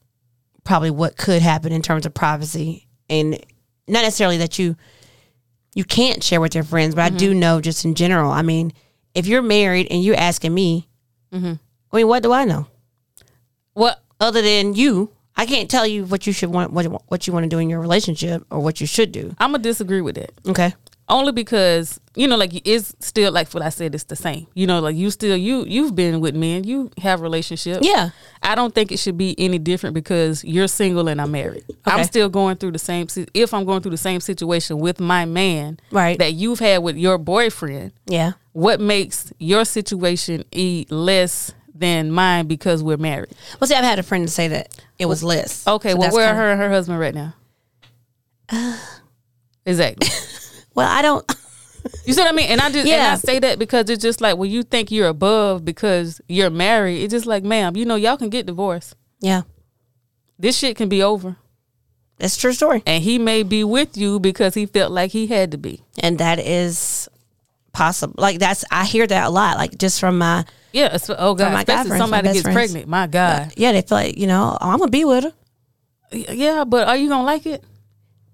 probably what could happen in terms of privacy and not necessarily that you you can't share with your friends but i do know just in general i mean if you're married and you're Mm-hmm. asking me i mean what do i know Well, other than you I can't tell you what you should want, what what you want to do in your relationship, or what you should do. I'm gonna disagree with that. Okay. only because you know like it's still like what i said it's the same you know like you still you you've been with men you have relationships Yeah. i don't think it should be any different because you're single and i'm married i'm Okay. still going through the same si- if i'm going through the same situation with my man Right. that you've had with your boyfriend Yeah. what makes your situation e less than mine because we're married Well, see, I've had a friend say that it was less. okay So well that's where are kinda- her and her husband right [sighs] now exactly Well, I don't. [laughs] You see what I mean? And I just and I Yeah. say that because it's just like when you think you're above because you're married, it's just like, ma'am, you know, y'all can get divorced. Yeah, This shit can be over. that's a true story, And he may be with you because he felt like he had to be. and that is possible. Like that's I hear that a lot. Like just from my Yeah. it's- oh God. my guy especially friends, my somebody best gets friends. pregnant. My God. yeah, they feel like you know oh, I'm gonna be with her. Yeah, but are you gonna like it?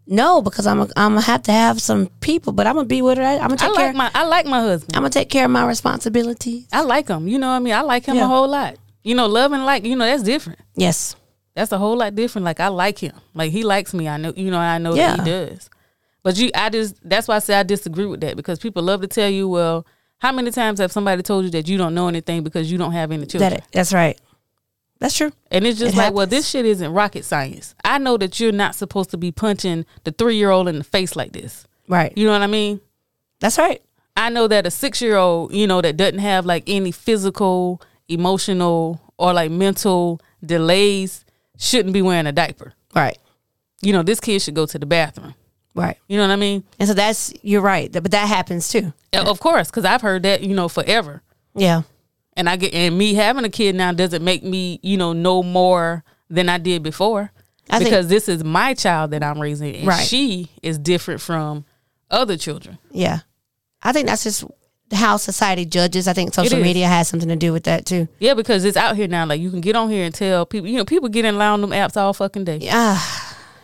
No, because I'm a, I'm gonna have to have some people, but I'm gonna be with her. I'm gonna I take care. like my I like my husband. I'm gonna take care of my responsibilities. I like him. You know what I mean? I like him a Yeah. whole lot. You know, love and like, you know, that's different. Yes, that's a whole lot different. Like I like him. Like he likes me. I know you know I know that he does. But you I just that's why I say I disagree with that because people love to tell you, well, how many times have somebody told you that you don't know anything because you don't have any children? that it, that's right. That's true. and it's just it like, well, happens. this shit isn't rocket science. I know that you're not supposed to be punching the three year old in the face like this. Right. You know what I mean? That's right. I know that a six year old, you know, that doesn't have like any physical, emotional, or like mental delays shouldn't be wearing a diaper. Right. you know, this kid should go to the bathroom. Right. You know what I mean? And so that's you're right, Th- but that happens too. Of course, because I've heard that, you know, forever. Yeah. And I get and me having a kid now doesn't make me, you know, know more than I did before. I think- because this is my child that I'm raising and Right. she is different from other children. Yeah. I think that's just how society judges. I think social is. media has something to do with that too. Yeah, because it's out here now. Like you can get on here and tell people you know, people get in line on them apps all fucking day. Yeah.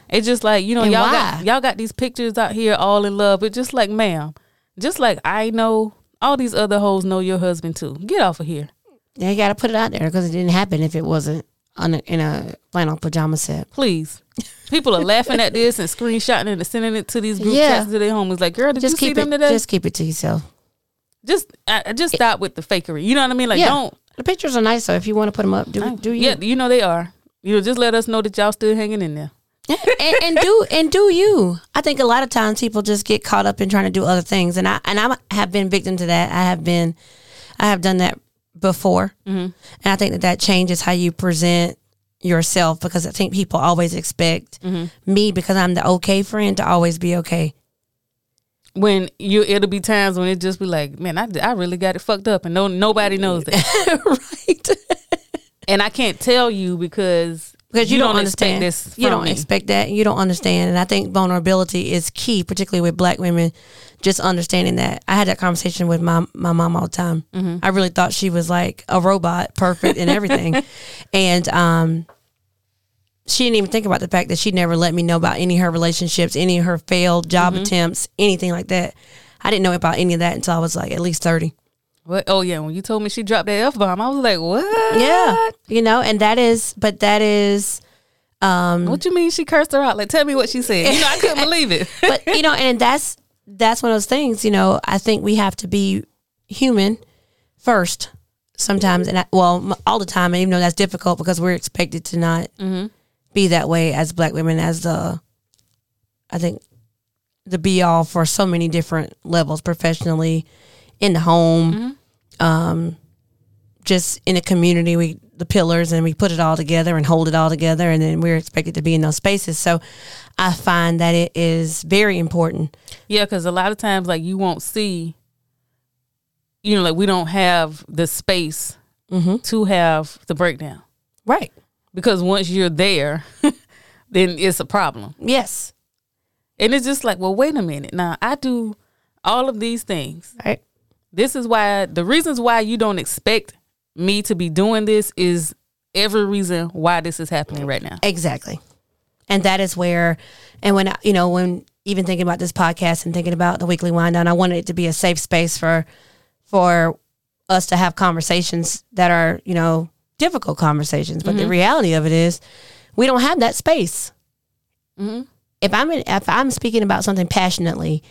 It's just like, you know, And y'all why? got y'all got these pictures out here all in love. It's just like, ma'am, just like I know, all these other hoes know your husband too. Get off of here. Yeah, you got to put it out there because it didn't happen if it wasn't on a, in a flannel pajama set. please. People are laughing at this and screenshotting it and sending it to these group Yeah. chats to their homies. Like, girl, did Just you see keep it. them today? Just, Just keep it to yourself. I, I just stop with the fakery. You know what I mean? Like, yeah, don't. Oh. the pictures are nice. So if you want to put them up, do do you Yeah, you know they are. You know, just let us know that y'all still hanging in there. and, and do and do you? I think a lot of times people just get caught up in trying to do other things, and I and I have been victim to that. I have been, I have done that before, Mm-hmm. and I think that that changes how you present yourself because I think people always expect Mm-hmm. me because I'm the okay friend to always be okay. [laughs] When you, it'll be times when it just be like, man, I, I really got it fucked up, and no, nobody knows [laughs] that, right. and I can't tell you because because you, don't, understand expect this. From you don't me. expect that you don't understand and i think vulnerability is key particularly with black women just understanding that i had that conversation with my, my mom all the time Mm-hmm. i really thought she was like a robot perfect and [laughs] everything and um she didn't even think about the fact that she never let me know about any of her relationships any of her failed job Mm-hmm. attempts anything like that i didn't know about any of that until i was like at least 30 What? Oh yeah, when you told me she dropped that f bomb, I was like, what? yeah you know and that is but that is What you mean she cursed her out? Like, tell me what she said. You know, [laughs] I couldn't believe it. but you know, and that's that's one of those things. You know, I think we have to be human first sometimes, and I, well, m- all the time. And even though that's difficult because we're expected to not be that way as Black women, as the I think the be all for so many different levels, professionally, in the home, um, just in a community. We the pillars, and we put it all together and hold it all together, and then we're expected to be in those spaces. So, I find that it is very important. Yeah, because a lot of times, like you won't see, you know, like we don't have the space Mm-hmm. to have the breakdown Right. because once you're there, [laughs] then it's a problem, Yes. and it's just like, well, wait a minute. Now I do all of these things. Right. This is why the reasons why you don't expect me to be doing this is every reason why this is happening right now. Exactly. And that is where, and when, I- you know, when even thinking about this podcast and thinking about the weekly wind down, I wanted it to be a safe space for, for us Mm-hmm. to have conversations that are, you know, difficult conversations. But the reality of it is we don't have that space. Mm-hmm. If I'm in, if I'm speaking about something passionately,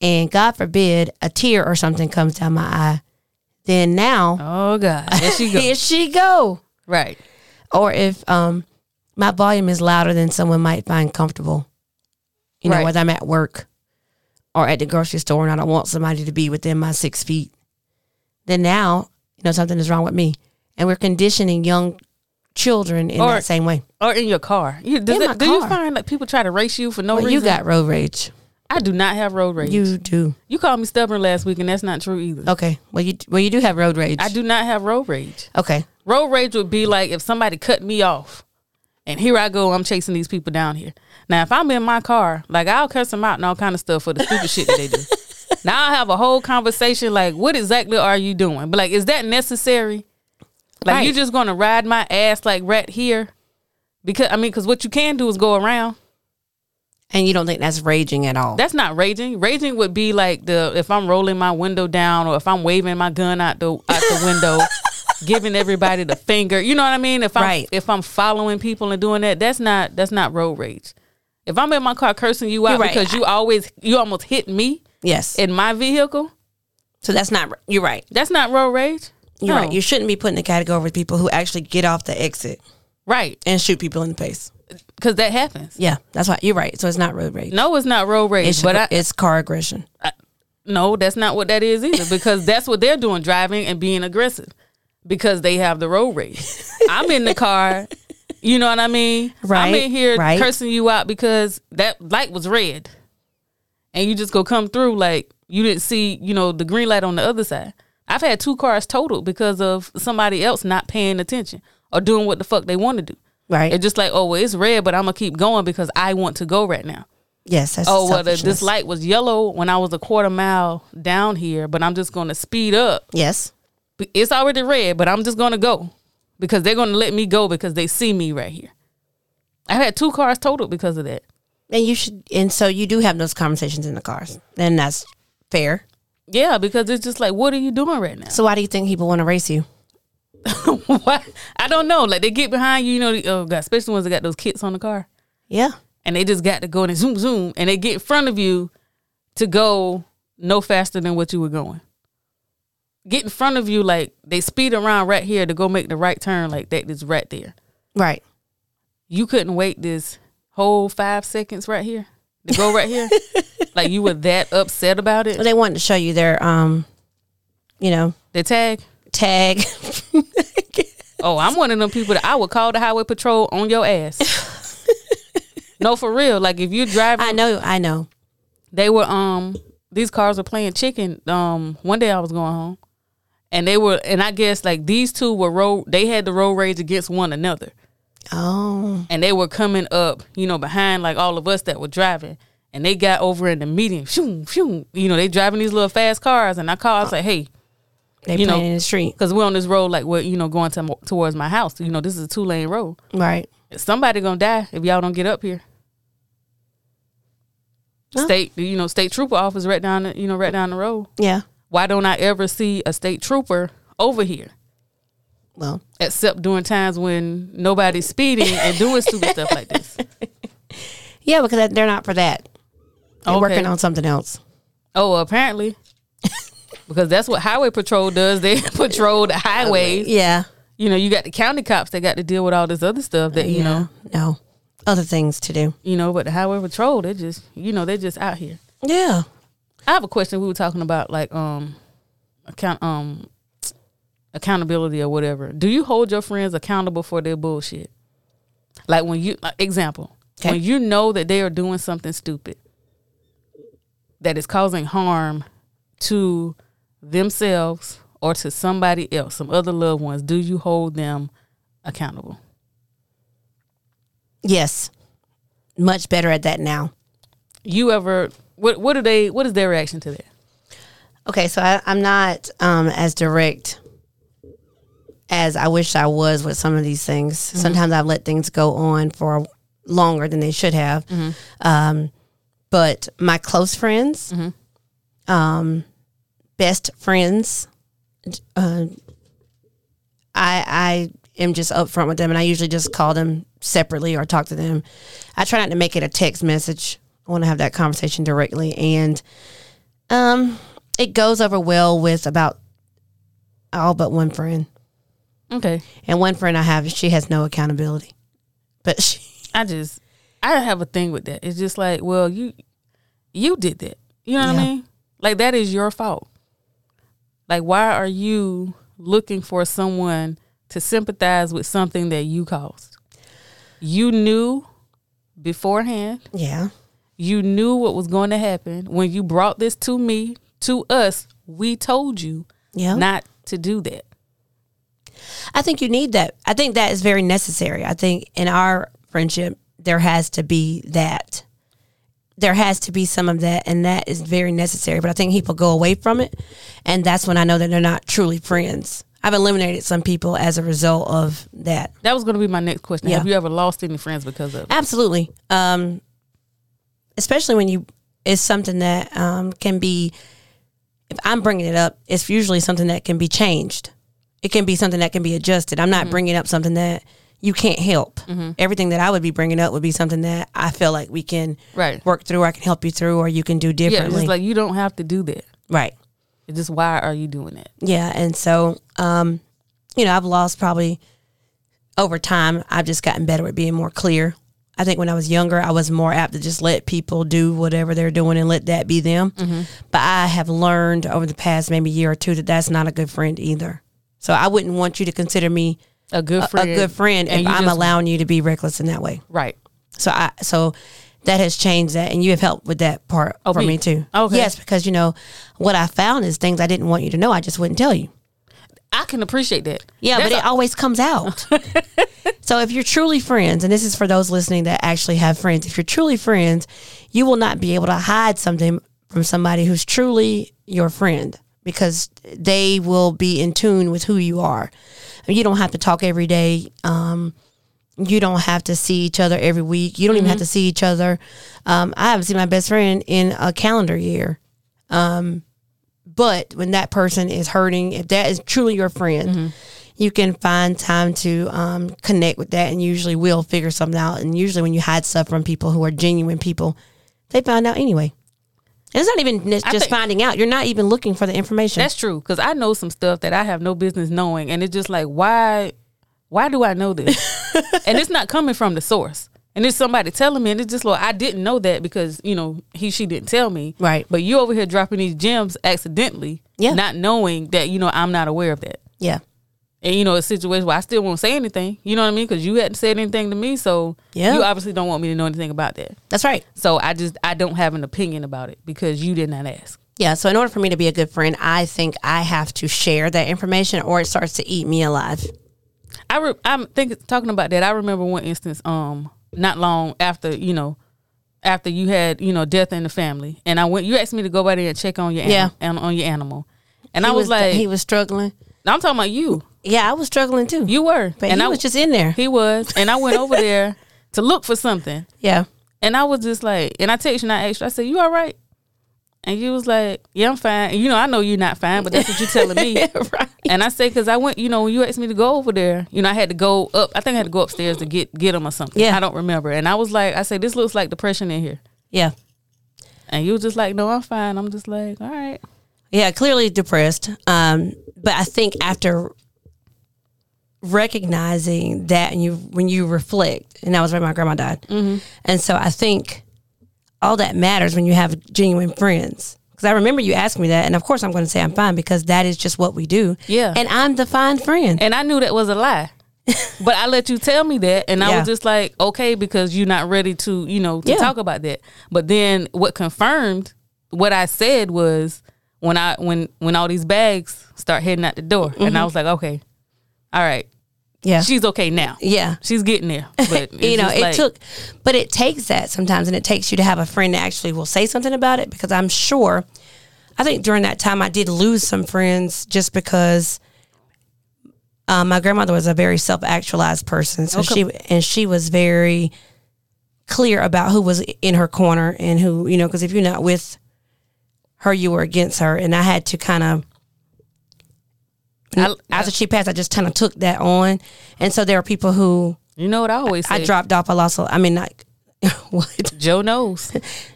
and God forbid a tear or something comes down my eye, then now Oh [laughs] God, there she go. here she go. right. Or if um my volume is louder than someone might find comfortable, you know, Right. whether I'm at work or at the grocery store, and I don't want somebody to be within my six feet, then now you know something is wrong with me, and we're conditioning young children in Or- that same way. Or in your car. You, does In it- my do you car. find like people try to race you for no Well, reason? you got road rage. I do not have road rage. You, You do. called me stubborn last week, and that's not true either. Okay. Well, you well you do have road rage. I do not have road rage. Okay. Road rage would be like if somebody cut me off, and here I go, I'm chasing these people down here. Now, if I'm in my car, like I'll curse them out and all kind of stuff for the stupid shit that they do. Now I'll have a whole conversation like, what exactly are you doing? But like, is that necessary? Like, Right. you just gonna ride my ass like rat here? Because I mean, because what you can do is go around. And you don't think that's raging at all. That's not raging. Raging would be like the if I'm rolling my window down or if I'm waving my gun out the out the [laughs] window, giving everybody the finger. You know what I mean? If I'm Right. if I'm following people and doing that, that's not that's not road rage. If I'm in my car cursing you out You're right. because you always you almost hit me yes. in my vehicle, so that's not. You're right. that's not road rage. You're No. right. You shouldn't be put in the category with people who actually get off the exit right and shoot people in the face. because that happens. Yeah, that's why you're right. So it's not road rage. No, it's not road rage, it's, but I, it's car aggression. No, that's not what that is either [laughs] because that's what they're doing driving and being aggressive because they have the road rage. I'm in the car, you know what I mean? I'm Right, in here right. cursing you out because that light was red. And you just go come through like you didn't see, you know, the green light on the other side. I've had two cars totaled because of somebody else not paying attention or doing what the fuck they want to do. Right. It's just like, oh, well, it's red, but I'm going to keep going because I want to go right now. yes. That's Oh well, the, this selfishness. light was yellow when I was a quarter mile down here, but I'm just going to speed up. Yes. B- It's already red, but I'm just going to go because they're going to let me go because they see me right here. I had two cars totaled because of that. And you should. And so you do have those conversations in the cars, and that's fair. Yeah, because it's just like, what are you doing right now? So why do you think people want to race you? [laughs] Why? I don't know. Like they get behind you, you know, the- oh god, especially ones that got those kits on the car, Yeah. and they just got to go and they zoom zoom, and they get in front of you to go no faster than what you were going. Get in front of you like they speed around right here to go make the right turn like that is right there. Right. You couldn't wait this whole five seconds right here to go right here. like you were that upset about But it. they wanted to show you their um, you know, The tag. tag. [laughs] Oh, I'm one of them people that I would call the highway patrol on your ass. no, for real. Like if you're driving I know. I know. they were um these cars were playing chicken. Um one day I was going home and they were and I guess like these two were road they had the road rage against one another. Oh. And they were coming up, you know, behind like all of us that were driving. And they got over in the median. Shoo, shoo. You know, they driving these little fast cars and I called, I was like, hey, They playing You know- in the street. because we're on this road like we're, you know, going to, towards my house. You know, this is a two lane road. Right. Somebody gonna die if y'all don't get up here. Huh? State, you know, state trooper office right down, the, you know, right down the road. Yeah. why don't I ever see a state trooper over here? Well, Except during times when nobody's speeding and [laughs] doing stupid stuff like this. yeah, because they're not for that. They're Okay. Oh, working on something else. Oh, [laughs] apparently. Because that's what highway patrol does. They [laughs] patrol the highways. Yeah. You know, you got the county cops that got to deal with all this other stuff that, you know, No. Other things to do. you know, but the highway patrol, they just, you know, they're just out here. Yeah. I have a question. We were talking about like um account um accountability or whatever. Do you hold your friends accountable for their bullshit? Like when you like, example, Okay. when you know that they are doing something stupid that is causing harm to themselves or to somebody else, some other loved ones, do you hold them accountable? Yes. Much better at that now. You ever what what do they what is their reaction to that? Okay, so I, I'm not um, as direct as I wish I was with some of these things. Sometimes I've let things go on for longer than they should have. Um, but my close friends, um, best friends, uh, I I am just upfront with them, and I usually just call them separately or talk to them. I try not to make it a text message. I want to have that conversation directly, and um, it goes over well with about all but one friend. Okay. And one friend I have, she has no accountability, but she I just I have a thing with that. It's just like, well, you you did that. You know what Yeah. I mean? Like that is your fault. Like why are you looking for someone to sympathize with something that you caused? You knew beforehand yeah, you knew what was going to happen when you brought this to me to us we told you yeah. not to do that I think you need that. I think that is very necessary. I think in our friendship, there has to be that. There has to be some of that, and that is very necessary. But I think people go away from it, and that's when I know that they're not truly friends. I've eliminated some people as a result of that. that was going to be my next question have Yeah. you ever lost any friends because of it? Absolutely. Um, especially when you, it's something that um, can be, if I'm bringing it up, it's usually something that can be changed. It can be something that can be adjusted. I'm not Mm-hmm. bringing up something that you can't help. Everything that I would be bringing up would be something that I feel like we can right work through, or I can help you through, or you can do yeah it's differently. just like you don't have to do that right. it's just why are you doing that Yeah, and so um, you know, I've lost probably over time. I've just gotten better at being more clear. I think when I was younger, I was more apt to just let people do whatever they're doing and let that be them. Mm-hmm. But I have learned over the past maybe year or two that that's not a good friend either. So I wouldn't want you to consider me a good a friend good friend and if you I'm just- allowing you to be reckless in that way. right So I so that has changed that, and you have helped with that part for Oh, me? me. too. Okay. Yes, because you know what I found is things I didn't want you to know. I just wouldn't tell you. i can appreciate that Yeah, That's but it always comes out. so if you're truly friends, and this is for those listening that actually have friends, if you're truly friends, you will not be able to hide something from somebody who's truly your friend because they will be in tune with who you are. You don't have to talk every day. Um, you don't have to see each other every week. You don't even have to see each other. Um, I haven't seen my best friend in a calendar year. But when that person is hurting, if that is truly your friend, you can find time to um, connect with that and usually will figure something out. And usually when you hide stuff from people who are genuine people, they find out anyway. And it's not even n- just think- finding out. You're not even looking for the information. That's true because I know some stuff that I have no business knowing, and it's just like why, why do I [laughs] know this? and it's not coming from the source, and it's somebody telling me, and it's just like I didn't know that because you know he she didn't tell me, Right. But you over here dropping these gems accidentally, Yeah. not knowing that you know I'm not aware of that, yeah. and you know a situation where I still won't say anything, you know what I mean? Because you hadn't said anything to me, so Yeah. you obviously don't want me to know anything about that. That's right. So I just I don't have an opinion about it because you did not ask. Yeah. So in order for me to be a good friend, I think I have to share that information or it starts to eat me alive. I re- I'm thinking talking about that. I remember one instance, um, not long after you know, after you had you know death in the family, and I went. You asked me to go by there and check on your Yeah. animal, and on your animal, and I He was, like, he was struggling. no, I'm talking about you. Yeah, I was struggling too. You were, but and he I was just in there. he was, and I went [laughs] over there to look for something, yeah. and I was just like, and I texted you and I asked you, I said, you all right? And you was like, yeah, I'm fine. And, you know, I know you're not fine, but that's what you're telling me. [laughs] [laughs] right. And I said, because I went, you know, when you asked me to go over there, you know, I had to go up. I think I had to go upstairs to get get him or something. Yeah. I don't remember. And I was like, I said, this looks like depression in here. Yeah. And you was just like, no, I'm fine. I'm just like, all right. Yeah, clearly depressed. Um, but I think after recognizing that, and you when you reflect, and that was when my grandma died, mm-hmm. and so I think all that matters when you have genuine friends. Because I remember you asking me that, and of course I'm going to say I'm fine because that is just what we do. Yeah. and I'm the fine friend. And I knew that was [laughs] a lie. but I let you tell me that. And I Yeah. was just like, okay, because you're not ready to, you know, to Yeah. talk about that. But then what confirmed what I said was when I when when all these bags start heading out the door. Mm-hmm. And I was like, okay, all right. yeah, She's okay now. yeah. She's getting there. [laughs] But you know it took. took but it takes that sometimes and it takes you to have a friend that actually will say something about it because i'm sure i think during that time i did lose some friends just because um, my grandmother was a very self-actualized person so she and she was very clear about who was in her corner and who you know because if you're not with her you were against her and i had to kind of I- after she passed i just kind of took that on and so there are people who You know what I always say. I dropped off. I lost. A, I mean, not [laughs] what Joe knows.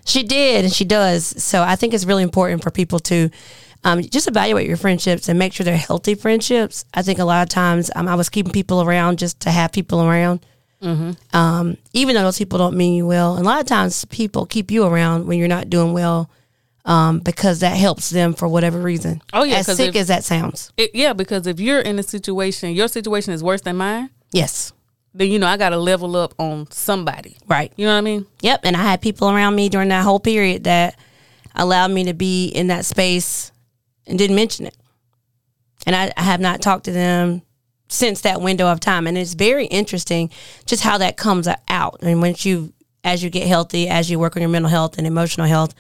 she did and she does. So I think it's really important for people to um, just evaluate your friendships and make sure they're healthy friendships. I think a lot of times um, I was keeping people around just to have people around. Mm-hmm. Um, even though those people don't mean you well, and a lot of times people keep you around when you're not doing well um, because that helps them for whatever reason. Oh, yeah, as 'cause sick if- as that sounds. It- yeah, because if you're in a situation, your situation is worse than mine, Yes, then you know I got to level up on somebody. right. You know what I mean? Yep. And I had people around me during that whole period that allowed me to be in that space and didn't mention it. And I, I have not talked to them since that window of time. And it's very interesting just how that comes out. And once you, as you get healthy, as you work on your mental health and emotional health,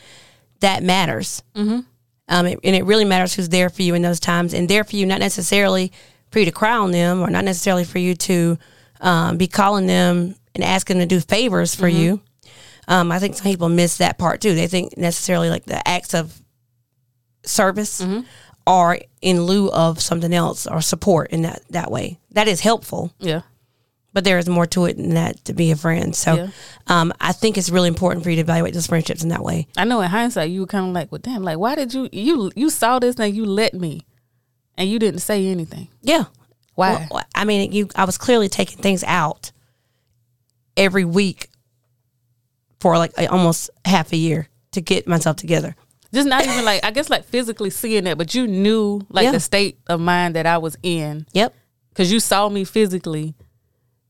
that matters. Mm-hmm. Um, it- and it really matters who's there for you in those times and there for you, not necessarily for you to cry on them or not necessarily for you to um, be calling them and asking them to do favors for you. Um, I think some people miss that part too. They think necessarily like the acts of service are in lieu of something else or support in that, that way. That is helpful, Yeah. but there is more to it than that to be a friend. So Yeah. um, I think it's really important for you to evaluate those friendships in that way. I know in hindsight you were kind of like, well, damn, like why did you you you saw this and you let me, and you didn't say anything? Yeah. Why? Well, I mean, you. I was clearly taking things out every week for like a- almost half a year to get myself together. Just not even like I guess like physically seeing that, but you knew like Yeah. the state of mind that I was in Yep. because you saw me physically,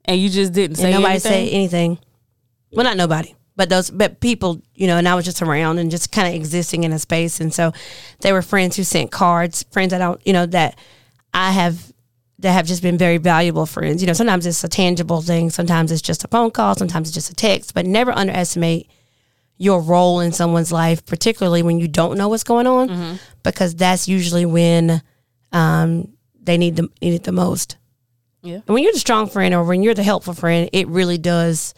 and you just didn't say and nobody anything. said anything. Well, not nobody, but those, but people, you know. And I was just around and just kind of existing in a space. And so, they were friends who sent cards, friends that I don't, you know, that I have that have just been very valuable friends. You know, sometimes it's a tangible thing, sometimes it's just a phone call, sometimes it's just a text. But never underestimate your role in someone's life, particularly when you don't know what's going on, Mm-hmm. because that's usually when um, they need the need it the most. Yeah. And when you're the strong friend or when you're the helpful friend, it really does.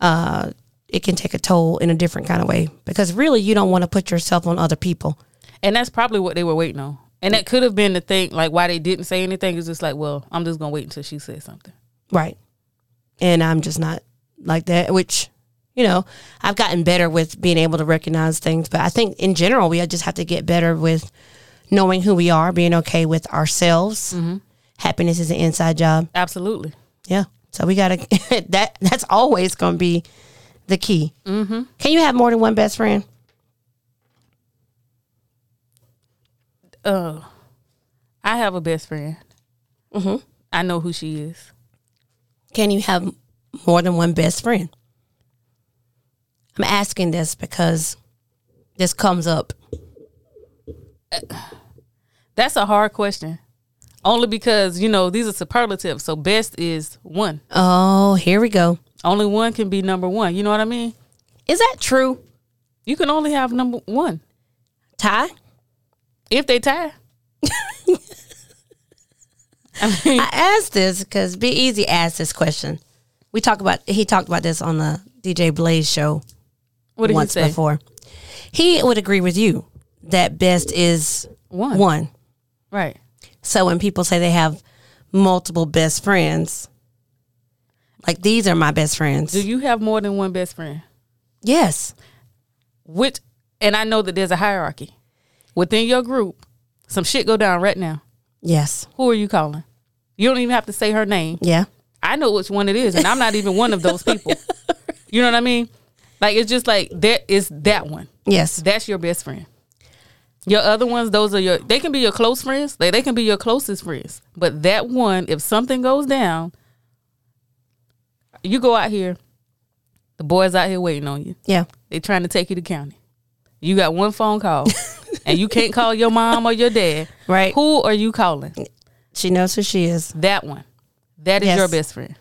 Uh, it can take a toll in a different kind of way because really you don't want to put yourself on other people. And that's probably what they were waiting on. And that could have been the thing, like why they didn't say anything is just like, well, I'm just gonna wait until she says something. Right. And I'm just not like that, which, you know, I've gotten better with being able to recognize things. But I think in general, we just have to get better with knowing who we are, being okay with ourselves. Happiness is an inside job. Absolutely. Yeah. So we got to, [laughs] that, that's always going to be the key. Mm-hmm. Can you have more than one best friend? Uh, I have a best friend. Mhm. I know who she is. Can you have more than one best friend? I'm asking this because this comes up. That's a hard question. Only because, you know, these are superlatives. So best is one. Oh, here we go. Only one can be number one. You know what I mean? Is that true? You can only have number one Ty? if they [laughs] tie. I mean, I asked this because Be Easy asked this question. We talked about he talked about this on the DJ Blaze show what did he once say? before. He would agree with you that best is One. one. Right. So when people say they have multiple best friends, like these are my best friends. Do you have more than one best friend? yes. which and I know that there's a hierarchy within your group. Some shit go down right now. Yes. Who are you calling? You don't even have to say her name. Yeah. I know which one it is, and I'm not even one of those people. You know what I mean? Like it's just like that is that one. Yes. That's your best friend. Your other ones, those are your. They can be your close friends. They they can be your closest friends. But that one, if something goes down, you go out here. The boys out here waiting on you. Yeah. They trying to take you to county. You got one phone [laughs] call, and you can't call your mom or your dad. Right. Who are you calling? She knows who she is. That one. That is Yes. your best friend.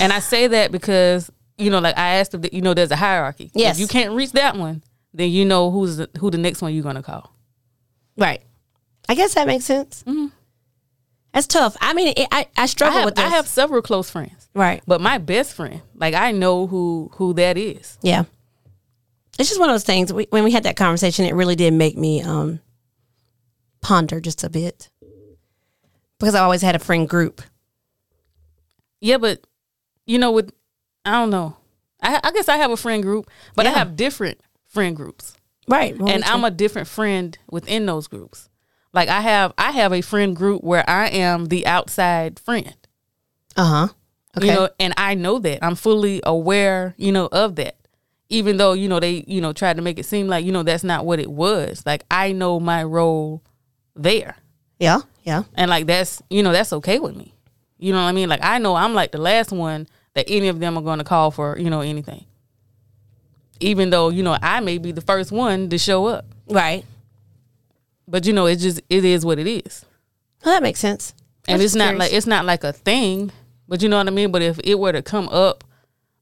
and I say that because you know, like I asked if the, you know, there's a hierarchy. Yes. If you can't reach that one, then you know who's the, who the next one you're gonna call. Right. I guess that makes sense. That's tough. I mean, it, I I Mm-hmm. I struggle have, with this. I have several close friends, right. but my best friend, like I know who who that is. Yeah. It's just one of those things. We, when we had that conversation, it really did make me um, ponder just a bit because I always had a friend group. Yeah, but you know, with I don't know. I, I guess I have a friend group, but I Yeah. have different friend groups, Right. Well, and we I'm try- a different friend within those groups. Like I have, I have a friend group where I am the outside friend. uh-huh. Okay. you know and i know that i'm fully aware you know of that even though you know they you know tried to make it seem like you know that's not what it was like i know my role there yeah. Yeah. and like that's you know that's okay with me you know what i mean like i know i'm like the last one that any of them are going to call for you know anything even though you know i may be the first one to show up Right. but you know it's just it is what it is Well, that makes sense. I and was it's just not curious. like it's not like a thing but you know what i mean but if it were to come up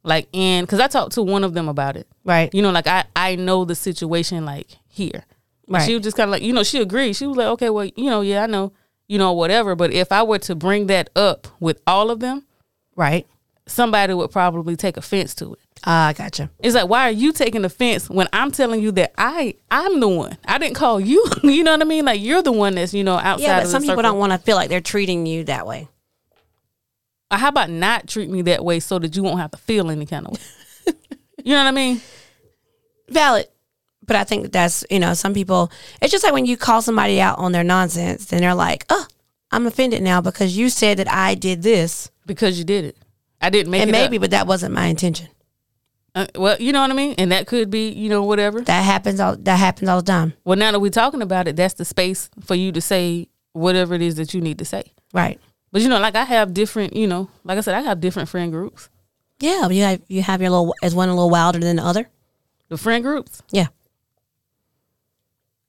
like in because i talked to one of them about it right. you know like i i know the situation like here And Right. she was just kind of like you know she agreed she was like okay well you know yeah i know you know whatever but if i were to bring that up with all of them Right. somebody would probably take offense to it Ah, I gotcha. it's like why are you taking offense when i'm telling you that i i'm the one i didn't call you [laughs] you know what i mean like you're the one that's you know outside Yeah, of but the some people circle. don't want to feel like they're treating you that way. Uh, how about not treat me that way so that you won't have to feel any kind of way? [laughs] you know what I mean? Valid. But I think that that's, you know, some people, it's just like when you call somebody out on their nonsense, then they're like, oh, I'm offended now because you said that I did this. Because you did it. I didn't make And it. maybe, up. but that wasn't my intention. Uh, well, you know what I mean? And that could be, you know, whatever. That happens all that happens all the time. Well, now that we're talking about it, that's the space for you to say whatever it is that you need to say. Right. But you know, like I have different, you know, like I said, I have different friend groups. Yeah, you have you have your little is one a little wilder than the other? The friend groups, Yeah.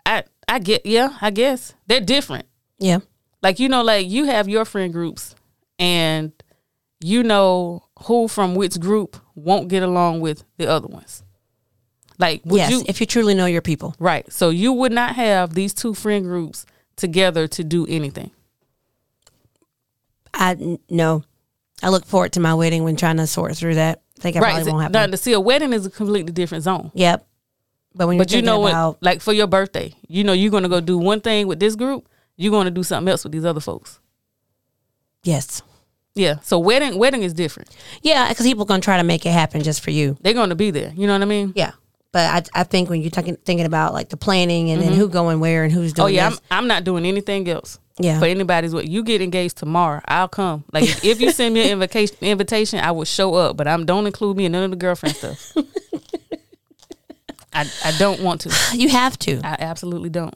I I get yeah, I guess. They're different. Yeah. like you know like you have your friend groups and you know who from which group won't get along with the other ones like would yes. you if you truly know your people. right so you would not have these two friend groups together to do anything I n- no. I look forward to my wedding when trying to sort through that. I think I right probably so- won't have now, one. to see a wedding is a completely different zone Yep. But when you're but you thinking know about what like for your birthday you know you're gonna go do one thing with this group you're gonna do something else with these other folks yes. yeah so wedding wedding is different Yeah, because people gonna try to make it happen just for you. they're gonna be there you know what i mean Yeah, but I, I think when you're talking, thinking about like the planning and then who going where and who's Mm-hmm. Oh doing. yeah, I'm, this, I'm not doing anything else. Yeah. For anybody's what you get engaged tomorrow, I'll come. Like if- if you send me an invocation, invitation, I will show up. But I'm don't include me in none of the girlfriend stuff. I I don't want to. [sighs] you have to. I absolutely don't.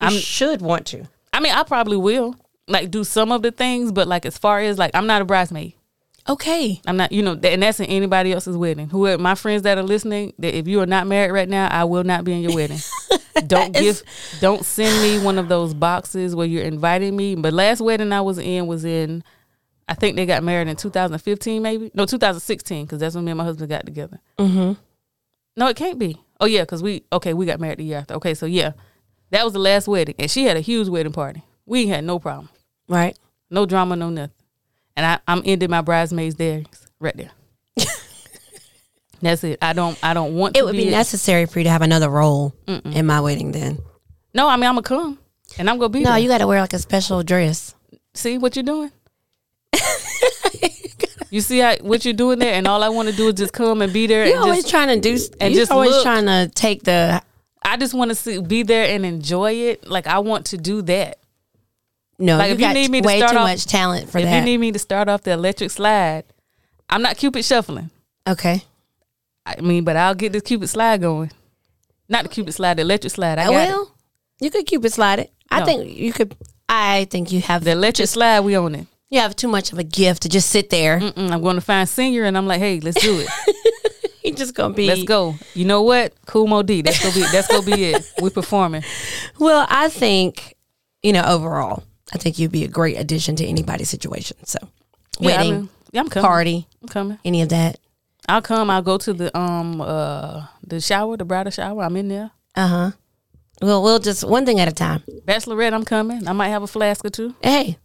I should want to. I mean, I probably will like do some of the things, but like as far as like I'm not a bridesmaid. Okay. I'm not, you know, and that's in anybody else's wedding. Whoever my friends that are listening, that if you are not married right now, I will not be in your wedding. don't give, don't send me one of those boxes where you're inviting me. But last wedding I was in was in, I think they got married in 2015, maybe no 2016, because that's when me and my husband got together. Mm-hmm. No, it can't be. Oh yeah, because we okay, we got married the year after. Okay, so yeah, that was the last wedding, and she had a huge wedding party. We had no problem, Right. no drama, no nothing. And I, I'm ending my bridesmaids there, right [laughs] there. That's it. I don't. I don't want. It to would be, be necessary for you to have another role in my wedding. Then No, I mean I'm gonna come, and I'm gonna be. no, there. you got to wear like a special dress. see what [laughs] you're doing. you see how, what you're doing there, and all I want to do is just come and be there, You're and always just trying to do. And and you're just always look. trying to take the. I just want to see, be there and enjoy it. Like I want to do that. No, Like, you if you got need me to way start too off- much talent for if that. you need me to start off the electric slide, I'm not Cupid shuffling. okay. I mean, but I'll get this Cupid slide going. Not the Cupid slide, the electric slide. I got Oh, it. well, you could cupid slide it. I No. think you could. I think you have The electric slide, we on it. you have too much of a gift to just sit there. Mm-mm, I'm going to find senior, and I'm like, hey, let's do [laughs] it. You're just gonna be. Let's go. You know what? Kumo D. That's gonna be. That's gonna be it. We performing. Well, I think, you know, overall, I think you'd be a great addition to anybody's situation. So, Yeah, I wedding, mean, yeah, I'm coming. party, I'm coming. any of that. I'll come. I'll go to the um uh the shower, the bridal shower. I'm in there. Uh huh. Well, we'll just one thing at a time. Bachelorette, I'm coming. I might have a flask or two. Hey,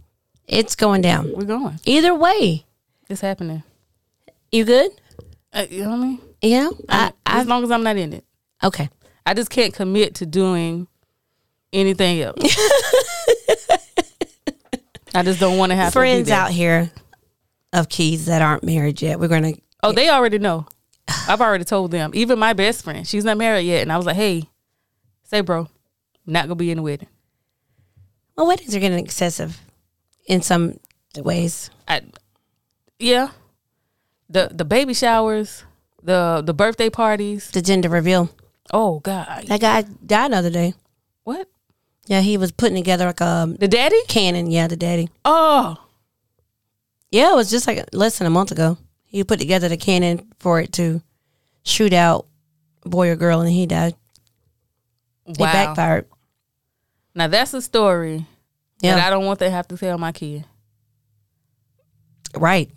it's going down. We're going. Either way, It's happening. you good? Uh, you know what I mean? Yeah. I, as long as I'm not in it, okay. I just can't commit to doing anything [laughs] else. I just don't want to have to be Friends there. out here, of kids that aren't married yet. We're gonna Oh, they already know. I've already told them. Even my best friend, she's not married yet, and I was like, "Hey, say, bro, not gonna be in the wedding." well, weddings are getting excessive in some ways. I, yeah, the the baby showers, the the birthday parties. The gender reveal. Oh God, That guy died the other day. what Yeah, he was putting together like a the daddy? cannon. Yeah, the daddy. Oh, Yeah, it was just like less than a month ago. He put together the cannon for it to shoot out boy or girl, and he died. wow. It backfired. Now that's a story Yeah, that I don't want to have to tell my kid. right.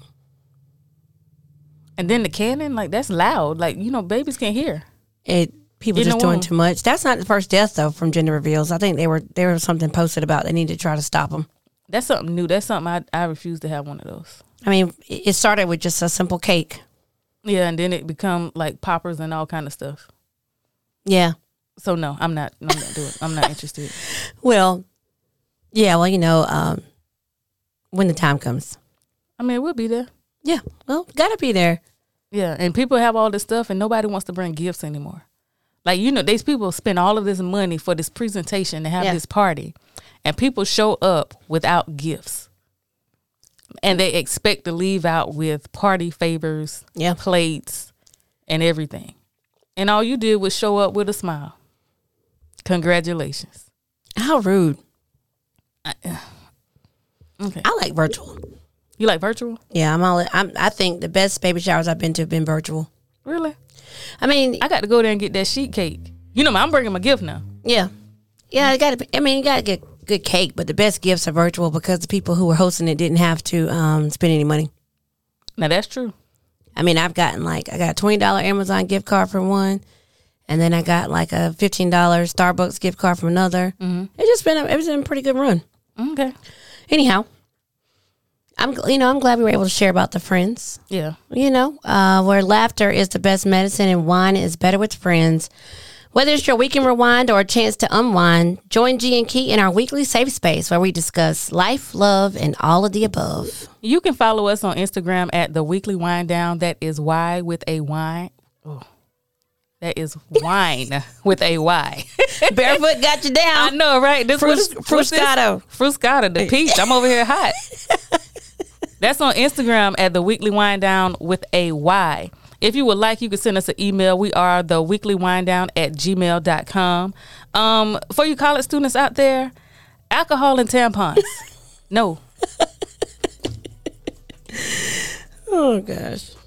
And then the cannon, like that's loud. Like you know, babies can't hear. It people You just know doing what? too much. That's not the first death though from gender reveals. I think they were there was something posted about they need to try to stop them. That's something new. That's something I I refuse to have one of those. I mean, it it started with just a simple cake. Yeah, and then it become like poppers and all kind of stuff. Yeah. So no, I'm not. I'm not doing. I'm not interested. Well, yeah. Well, you know, um, when the time comes. I mean, we'll be there. Yeah. Well, gotta be there. Yeah, and people have all this stuff, and nobody wants to bring gifts anymore. Like you know, these people spend all of this money for this presentation to have Yeah. this party, and people show up without gifts, and they expect to leave out with party favors, Yeah. plates, and everything. And all you did was show up with a smile. Congratulations. How rude. Okay, I like virtual. you like virtual? Yeah, I'm all. I'm, I think the best baby showers I've been to have been virtual. Really? I mean, I got to go there and get that sheet cake. You know, I'm bringing my gift now. yeah, yeah. I got. I mean, you got to get good cake, but the best gifts are virtual because the people who were hosting it didn't have to um, spend any money. Now that's true. I mean, I've gotten like I got a twenty dollar Amazon gift card from one, and then I got like a fifteen dollar Starbucks gift card from another. It's just been a, it's been a pretty good run. Okay. Anyhow, I'm gl- you know I'm glad we were able to share about the friends. Yeah. you know, uh, where laughter is the best medicine and wine is better with friends. Whether it's your weekend rewind or a chance to unwind, join G and Key in our weekly safe space where we discuss life, love, and all of the above. You can follow us on Instagram at the weekly wind down. That is Y with a wine. Oh. That is wine [laughs] with a [laughs] Y. Barefoot got you I down. know, right? This Frus- was what's this? Fruscato. Fruscato, the peach. I'm over here [laughs] hot. That's on Instagram at the weekly wind down with a Y. If you would like, you can send us an email. We are the weekly wind down at gmail.com. Um, for you college students out there, alcohol and [laughs] tampons. no. Oh gosh.